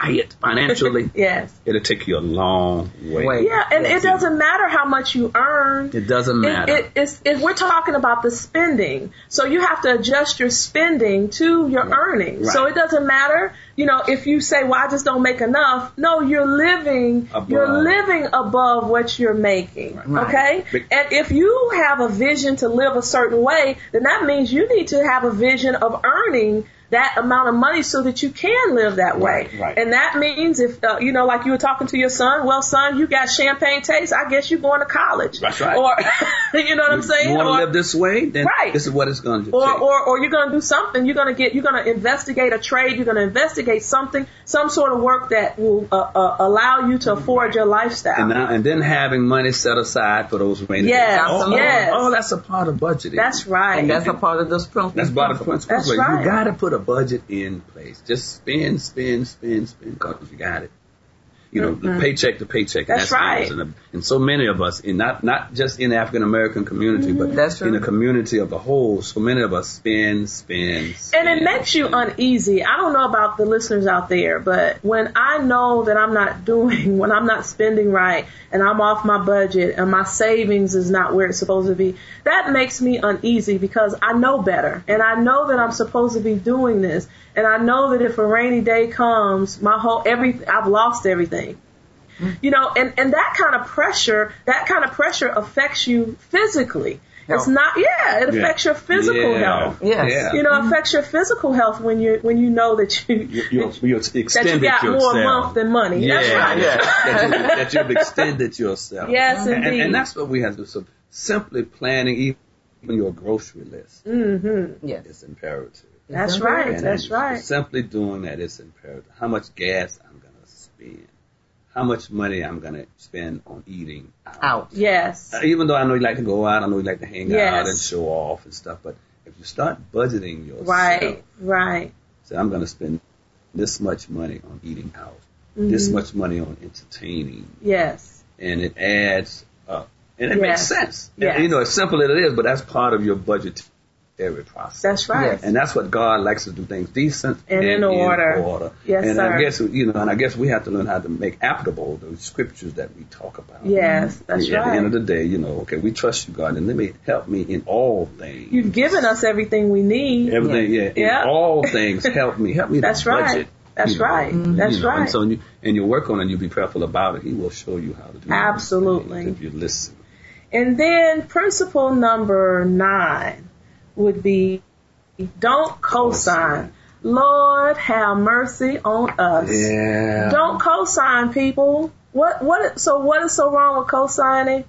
[SPEAKER 4] diet financially,
[SPEAKER 3] Yes.
[SPEAKER 4] it'll take you a long way.
[SPEAKER 2] Way.
[SPEAKER 3] Yeah, and it doesn't matter how much you earn.
[SPEAKER 4] It doesn't
[SPEAKER 3] It,
[SPEAKER 4] matter.
[SPEAKER 3] it, it's, it, we're talking about the spending, so you have to adjust your spending to your earnings. So
[SPEAKER 4] Right.
[SPEAKER 3] it doesn't matter, you know, if you say, "Well, I just don't make enough." No, you're living, you're
[SPEAKER 4] Above.
[SPEAKER 3] living above what you're making.
[SPEAKER 4] Right.
[SPEAKER 3] Okay,
[SPEAKER 4] Be-
[SPEAKER 3] and if you have a vision to live a certain way, then that means you need to have a vision of earning that amount of money so that you can live that way.
[SPEAKER 4] Right, right.
[SPEAKER 3] And and that means if uh, you know, like you were talking to your son, well, son, you got champagne taste. I guess you're going to college.
[SPEAKER 4] That's right.
[SPEAKER 3] Or you know what I'm saying?
[SPEAKER 4] You want
[SPEAKER 3] or,
[SPEAKER 4] to live this way? Then
[SPEAKER 3] Right.
[SPEAKER 4] this is what it's going to take.
[SPEAKER 3] or, or or you're going to do something. You're going to get. You're going to investigate a trade. You're going to investigate something, some sort of work that will uh, uh, allow you to afford your lifestyle.
[SPEAKER 4] Mm-hmm. and, now, and then having money set aside for those rainy
[SPEAKER 3] Yes,
[SPEAKER 4] days. Oh,
[SPEAKER 3] yes.
[SPEAKER 4] Oh, that's a part of budgeting.
[SPEAKER 3] that's right.
[SPEAKER 2] And that's a part of this principle.
[SPEAKER 4] That's part of the principle.
[SPEAKER 3] That's
[SPEAKER 4] But
[SPEAKER 3] right.
[SPEAKER 4] You got to put a budget in place. Just spend, spend, spend, spend, because you got it. You know, the paycheck to paycheck.
[SPEAKER 3] Mm-hmm. That's right.
[SPEAKER 4] And, the- and so many of us, in not not just in the African American community,
[SPEAKER 3] Mm-hmm.
[SPEAKER 4] but
[SPEAKER 2] That's true.
[SPEAKER 4] in the community of the whole, so many of us spend, spend,
[SPEAKER 3] And it
[SPEAKER 4] spend.
[SPEAKER 3] makes you uneasy. I don't know about the listeners out there, but when I know that I'm not doing, when I'm not spending right, and I'm off my budget, and my savings is not where it's supposed to be, that makes me uneasy because I know better. And I know that I'm supposed to be doing this. And I know that if a rainy day comes, my whole, every, I've lost everything you know and and that kind of pressure that kind of pressure affects you physically it's
[SPEAKER 2] Health.
[SPEAKER 3] not yeah it affects your physical
[SPEAKER 4] Yeah.
[SPEAKER 3] health
[SPEAKER 2] Yes.
[SPEAKER 4] Yeah.
[SPEAKER 3] you know it affects your physical health when you when you know that you
[SPEAKER 4] you, you, you
[SPEAKER 3] that you
[SPEAKER 4] extended
[SPEAKER 3] got
[SPEAKER 4] yourself.
[SPEAKER 3] more month than money
[SPEAKER 4] Yeah,
[SPEAKER 3] that's right
[SPEAKER 4] yeah. that, you, that you've extended yourself.
[SPEAKER 3] Yes,
[SPEAKER 4] and,
[SPEAKER 3] indeed.
[SPEAKER 4] And that's what we have to do. So simply planning even your grocery list
[SPEAKER 3] mm-hmm
[SPEAKER 2] Yes.
[SPEAKER 4] is imperative.
[SPEAKER 3] that's
[SPEAKER 2] Mhm.
[SPEAKER 3] right
[SPEAKER 4] And
[SPEAKER 3] that's
[SPEAKER 4] it's-
[SPEAKER 3] right
[SPEAKER 4] Simply doing that is imperative. How much gas I'm going to spend. How much money I'm going to spend on eating out.
[SPEAKER 2] Out.
[SPEAKER 3] yes
[SPEAKER 4] Uh, Even though I know you like to go out, I know you like to hang out
[SPEAKER 3] Yes.
[SPEAKER 4] and show off and stuff, but if you start budgeting yourself,
[SPEAKER 3] right right
[SPEAKER 4] say I'm going to spend this much money on eating out, this
[SPEAKER 3] Mhm.
[SPEAKER 4] much money on entertaining,
[SPEAKER 3] yes
[SPEAKER 4] and it adds up. And it
[SPEAKER 3] Yes.
[SPEAKER 4] makes sense. And,
[SPEAKER 3] Yes.
[SPEAKER 4] You know, as simple as it is, but that's part of your budgeting every process.
[SPEAKER 3] That's right.
[SPEAKER 4] And that's what God likes to do things decent
[SPEAKER 3] And in order. Yes,
[SPEAKER 4] and
[SPEAKER 3] sir.
[SPEAKER 4] I guess you know, and I guess we have to learn how to make applicable those scriptures that we talk about.
[SPEAKER 3] Yes, that's
[SPEAKER 4] At the
[SPEAKER 3] right.
[SPEAKER 4] end of the day, you know, okay, we trust you, God, and let me help me in all things.
[SPEAKER 3] You've given us everything we need.
[SPEAKER 4] Everything, yeah.
[SPEAKER 3] Yeah.
[SPEAKER 4] In all things, help me. Help me to
[SPEAKER 3] That's
[SPEAKER 4] budget.
[SPEAKER 3] right. That's
[SPEAKER 4] you know,
[SPEAKER 3] right.
[SPEAKER 4] you
[SPEAKER 3] That's
[SPEAKER 4] know,
[SPEAKER 3] right.
[SPEAKER 4] And so, you, and you work on it. You be prayerful about it. He will show you how to do it.
[SPEAKER 3] Absolutely.
[SPEAKER 4] If you listen.
[SPEAKER 3] And then principle number nine would be don't cosign. Lord, have mercy on us.
[SPEAKER 4] Yeah.
[SPEAKER 3] Don't cosign, people. What what? So what is so wrong with cosigning?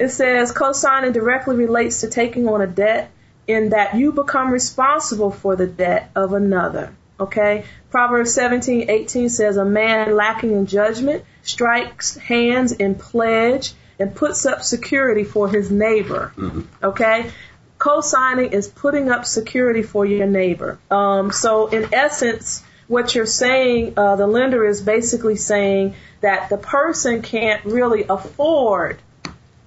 [SPEAKER 3] it says cosigning directly relates to taking on a debt in that you become responsible for the debt of another. Okay. Proverbs 17:18 says, "A man lacking in judgment strikes hands in pledge and puts up security for his neighbor." Okay. Co-signing is putting up security for your neighbor. Um, so in essence, what you're saying, uh, the lender is basically saying that the person can't really afford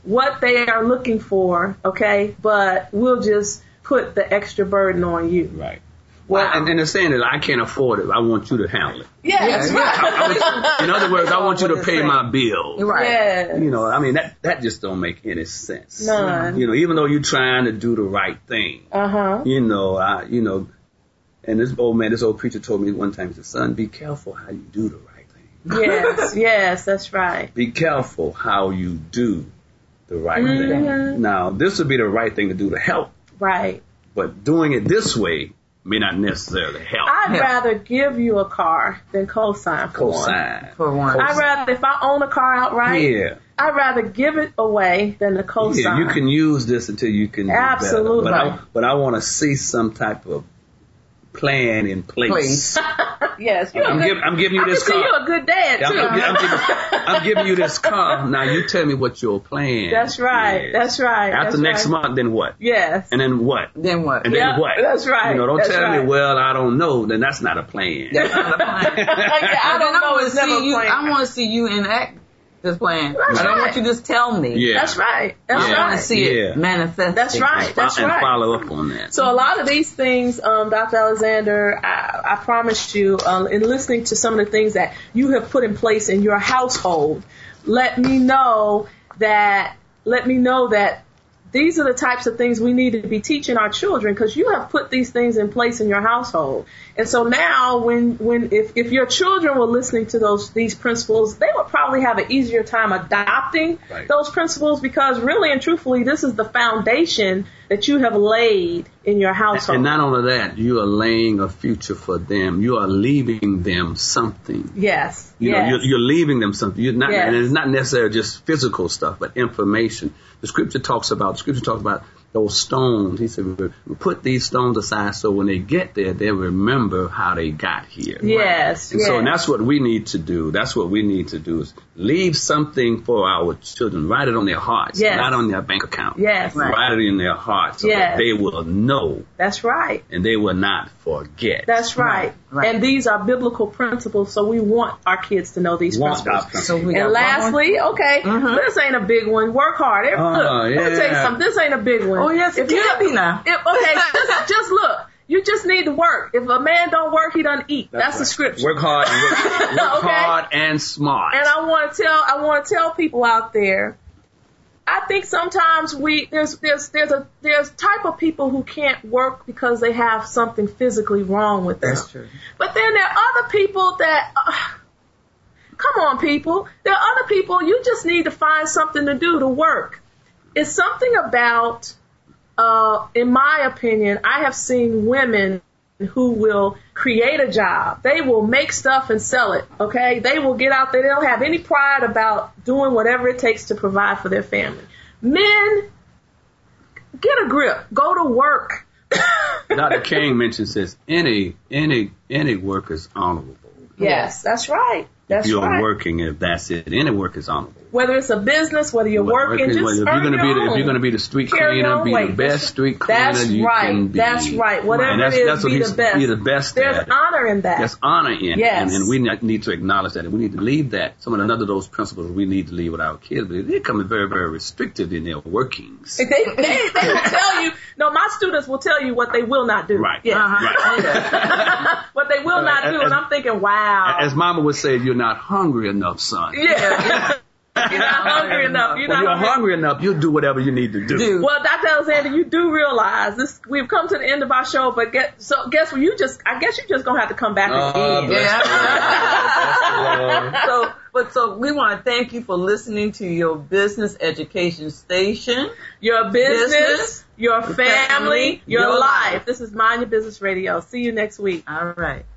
[SPEAKER 3] what they are looking for, okay? But we'll just put the extra burden on you.
[SPEAKER 4] Right. Well,
[SPEAKER 3] Wow.
[SPEAKER 4] and, and they're saying that I can't afford it. I want you to handle it.
[SPEAKER 3] Yes,
[SPEAKER 4] In other words, I want you to
[SPEAKER 2] What
[SPEAKER 4] pay
[SPEAKER 2] they're
[SPEAKER 4] my bill.
[SPEAKER 2] Right.
[SPEAKER 3] Yes.
[SPEAKER 4] You know, I mean that that just don't make any sense.
[SPEAKER 3] None.
[SPEAKER 4] You know, even though you're trying to do the right thing,
[SPEAKER 3] Uh huh.
[SPEAKER 4] you know, I, you know, and this old man, this old preacher told me one time, he said, "Son, be careful how you do the right thing.
[SPEAKER 3] Yes, yes, that's right.
[SPEAKER 4] Be careful how you do the right
[SPEAKER 3] Mm-hmm.
[SPEAKER 4] thing." Now, this would be the right thing to do to help,
[SPEAKER 3] Right.
[SPEAKER 4] but doing it this way may not necessarily help.
[SPEAKER 3] I'd rather give you a car than co-sign for one.
[SPEAKER 4] Co-sign.
[SPEAKER 2] For one.
[SPEAKER 3] I'd rather, if I own a car outright,
[SPEAKER 4] Yeah.
[SPEAKER 3] I'd rather give it away than the cosign.
[SPEAKER 4] Yeah, you can use this until you can do better.
[SPEAKER 3] Absolutely.
[SPEAKER 4] But I, but I want to see some type of plan in place.
[SPEAKER 2] Place.
[SPEAKER 3] yes, you're
[SPEAKER 4] I'm,
[SPEAKER 3] a good,
[SPEAKER 4] giv I'm giving you
[SPEAKER 3] I can
[SPEAKER 4] this
[SPEAKER 3] see you're
[SPEAKER 4] car.
[SPEAKER 3] a good dad
[SPEAKER 4] Yeah, I'm,
[SPEAKER 3] too.
[SPEAKER 4] I'm, I'm, giving, I'm giving you this car. Now you tell me what your plan.
[SPEAKER 3] that's right.
[SPEAKER 4] is.
[SPEAKER 3] That's right.
[SPEAKER 4] After
[SPEAKER 3] that's
[SPEAKER 4] next
[SPEAKER 3] right.
[SPEAKER 4] month, then what?
[SPEAKER 3] Yes.
[SPEAKER 4] And then what?
[SPEAKER 2] Then what?
[SPEAKER 4] And then
[SPEAKER 3] Yeah,
[SPEAKER 4] what?
[SPEAKER 3] that's right,
[SPEAKER 4] You know, don't
[SPEAKER 3] that's
[SPEAKER 4] tell
[SPEAKER 3] right.
[SPEAKER 4] me. Well, I don't know. Then that's not a plan.
[SPEAKER 2] That's not a plan.
[SPEAKER 3] yeah, I don't
[SPEAKER 2] And I
[SPEAKER 3] know.
[SPEAKER 2] want
[SPEAKER 3] It's
[SPEAKER 2] to
[SPEAKER 3] never
[SPEAKER 2] see you.
[SPEAKER 3] planned.
[SPEAKER 2] I want to see you enact this plan. I don't
[SPEAKER 3] right.
[SPEAKER 2] want you to just tell me.
[SPEAKER 4] Yeah.
[SPEAKER 3] That's right. That's
[SPEAKER 2] I
[SPEAKER 4] Yeah.
[SPEAKER 2] want to
[SPEAKER 3] right.
[SPEAKER 2] see
[SPEAKER 4] Yeah.
[SPEAKER 2] it manifest.
[SPEAKER 3] That's right.
[SPEAKER 4] Fo-
[SPEAKER 3] That's
[SPEAKER 4] and
[SPEAKER 3] right.
[SPEAKER 4] follow up on that.
[SPEAKER 3] So a lot of these things, um, Dr. Alexander, I, I promised you, um, in listening to some of the things that you have put in place in your household, let me know that, let me know that these are the types of things we need to be teaching our children because you have put these things in place in your household. And so now when, when, if, if your children were listening to those, these principles, they would probably have an easier time adopting
[SPEAKER 4] Right.
[SPEAKER 3] those principles because really and truthfully, this is the foundation that you have laid in your household.
[SPEAKER 4] And not only that, you are laying a future for them. You are leaving them something.
[SPEAKER 3] yes.
[SPEAKER 4] You
[SPEAKER 3] yes.
[SPEAKER 4] know, you're, you're leaving them something. You're not,
[SPEAKER 3] Yes.
[SPEAKER 4] and it's not necessarily just physical stuff, but information. The scripture talks about. The scripture talks about those stones. He said, "We "Put these stones aside, so when they get there, they remember how they got here."
[SPEAKER 3] Yes.
[SPEAKER 4] And
[SPEAKER 3] yes.
[SPEAKER 4] so and that's what we need to do. That's what we need to do is leave something for our children. Write it on their hearts,
[SPEAKER 3] Yes.
[SPEAKER 4] not on their bank account.
[SPEAKER 3] Yes. Right.
[SPEAKER 4] Write it in their hearts so
[SPEAKER 3] Yes.
[SPEAKER 4] that they will know
[SPEAKER 3] That's right.
[SPEAKER 4] and they will not forget.
[SPEAKER 3] That's right.
[SPEAKER 2] Right.
[SPEAKER 3] And these are biblical principles, so we want our kids to know these
[SPEAKER 4] Want
[SPEAKER 3] principles.
[SPEAKER 4] our principles.
[SPEAKER 2] So we got
[SPEAKER 3] And
[SPEAKER 2] one more- Mm-hmm.
[SPEAKER 3] lastly, okay, this ain't a big one. Work hard. It-
[SPEAKER 4] Oh,
[SPEAKER 3] look, Let me tell you
[SPEAKER 4] yeah.
[SPEAKER 3] something. This ain't a big one.
[SPEAKER 2] Uh-huh, Oh yes, it
[SPEAKER 3] If you-
[SPEAKER 2] can be now.
[SPEAKER 3] if, okay, just, just look. You just need to work. If a man don't work, he doesn't eat. That's, the
[SPEAKER 4] right.
[SPEAKER 3] scripture.
[SPEAKER 4] Work hard and work, work
[SPEAKER 3] Okay.
[SPEAKER 4] hard and smart.
[SPEAKER 3] And I want to tell I want to tell people out there. I think sometimes we there's there's there's a there's type of people who can't work because they have something physically wrong with them.
[SPEAKER 2] That's true.
[SPEAKER 3] But then there are other people that. ugh, come on, people. There are other people. You just need to find something to do to work. It's something about, uh, in my opinion, I have seen women who will create a job. They will make stuff and sell it. Okay, they will get out there. They don't have any pride about doing whatever it takes to provide for their family. Men, get a grip. Go to work.
[SPEAKER 4] Dr. King mentions this any any any work is honorable.
[SPEAKER 3] Yes, that's right. That's
[SPEAKER 4] if you're
[SPEAKER 3] right.
[SPEAKER 4] working, if that's it, any work is honorable.
[SPEAKER 3] Whether it's a business, whether you're
[SPEAKER 4] Well,
[SPEAKER 3] working,
[SPEAKER 4] working,
[SPEAKER 3] just
[SPEAKER 4] well, if
[SPEAKER 3] earn
[SPEAKER 4] you're gonna
[SPEAKER 3] your
[SPEAKER 4] be the,
[SPEAKER 3] own.
[SPEAKER 4] if you're gonna be the street
[SPEAKER 3] Carry your
[SPEAKER 4] cleaner,
[SPEAKER 3] own
[SPEAKER 4] be
[SPEAKER 3] weight.
[SPEAKER 4] the best street cleaner
[SPEAKER 3] That's
[SPEAKER 4] you
[SPEAKER 3] right.
[SPEAKER 4] can be.
[SPEAKER 3] That's right. Whatever
[SPEAKER 4] and that's,
[SPEAKER 3] it is,
[SPEAKER 4] that's what
[SPEAKER 3] be
[SPEAKER 4] he's-
[SPEAKER 3] the best.
[SPEAKER 4] Be the best
[SPEAKER 3] There's
[SPEAKER 4] at. it.
[SPEAKER 3] honor in that.
[SPEAKER 4] There's honor in it.
[SPEAKER 3] Yes.
[SPEAKER 4] And, and we not- need to acknowledge that. And we need to leave that. Some of another of those principles we need to leave with our kids, but they become very, very restricted in their workings.
[SPEAKER 3] They, they, they will tell you. No, my students will tell you what they will not do.
[SPEAKER 4] Right.
[SPEAKER 3] Yeah.
[SPEAKER 4] Right. Uh,
[SPEAKER 3] What they will not do, and I'm thinking, wow.
[SPEAKER 4] As mama would say, you're not hungry enough, son.
[SPEAKER 3] yeah. you're not hungry enough. You're
[SPEAKER 4] When
[SPEAKER 3] not
[SPEAKER 4] you're hungry enough, you'll do whatever you need to do.
[SPEAKER 3] Well, Dr. Alexander, you do realize this. We've come to the end of our show, but get so guess what? You just, I guess you're just gonna have to come back
[SPEAKER 4] Oh,
[SPEAKER 3] again.
[SPEAKER 2] so, but so we want to thank you for listening to your business education station.
[SPEAKER 3] Your business,
[SPEAKER 2] Business,
[SPEAKER 3] your family,
[SPEAKER 2] family,
[SPEAKER 3] your
[SPEAKER 2] your
[SPEAKER 3] life.
[SPEAKER 2] life.
[SPEAKER 3] This is Mind Your Business Radio. See you next week.
[SPEAKER 2] All right.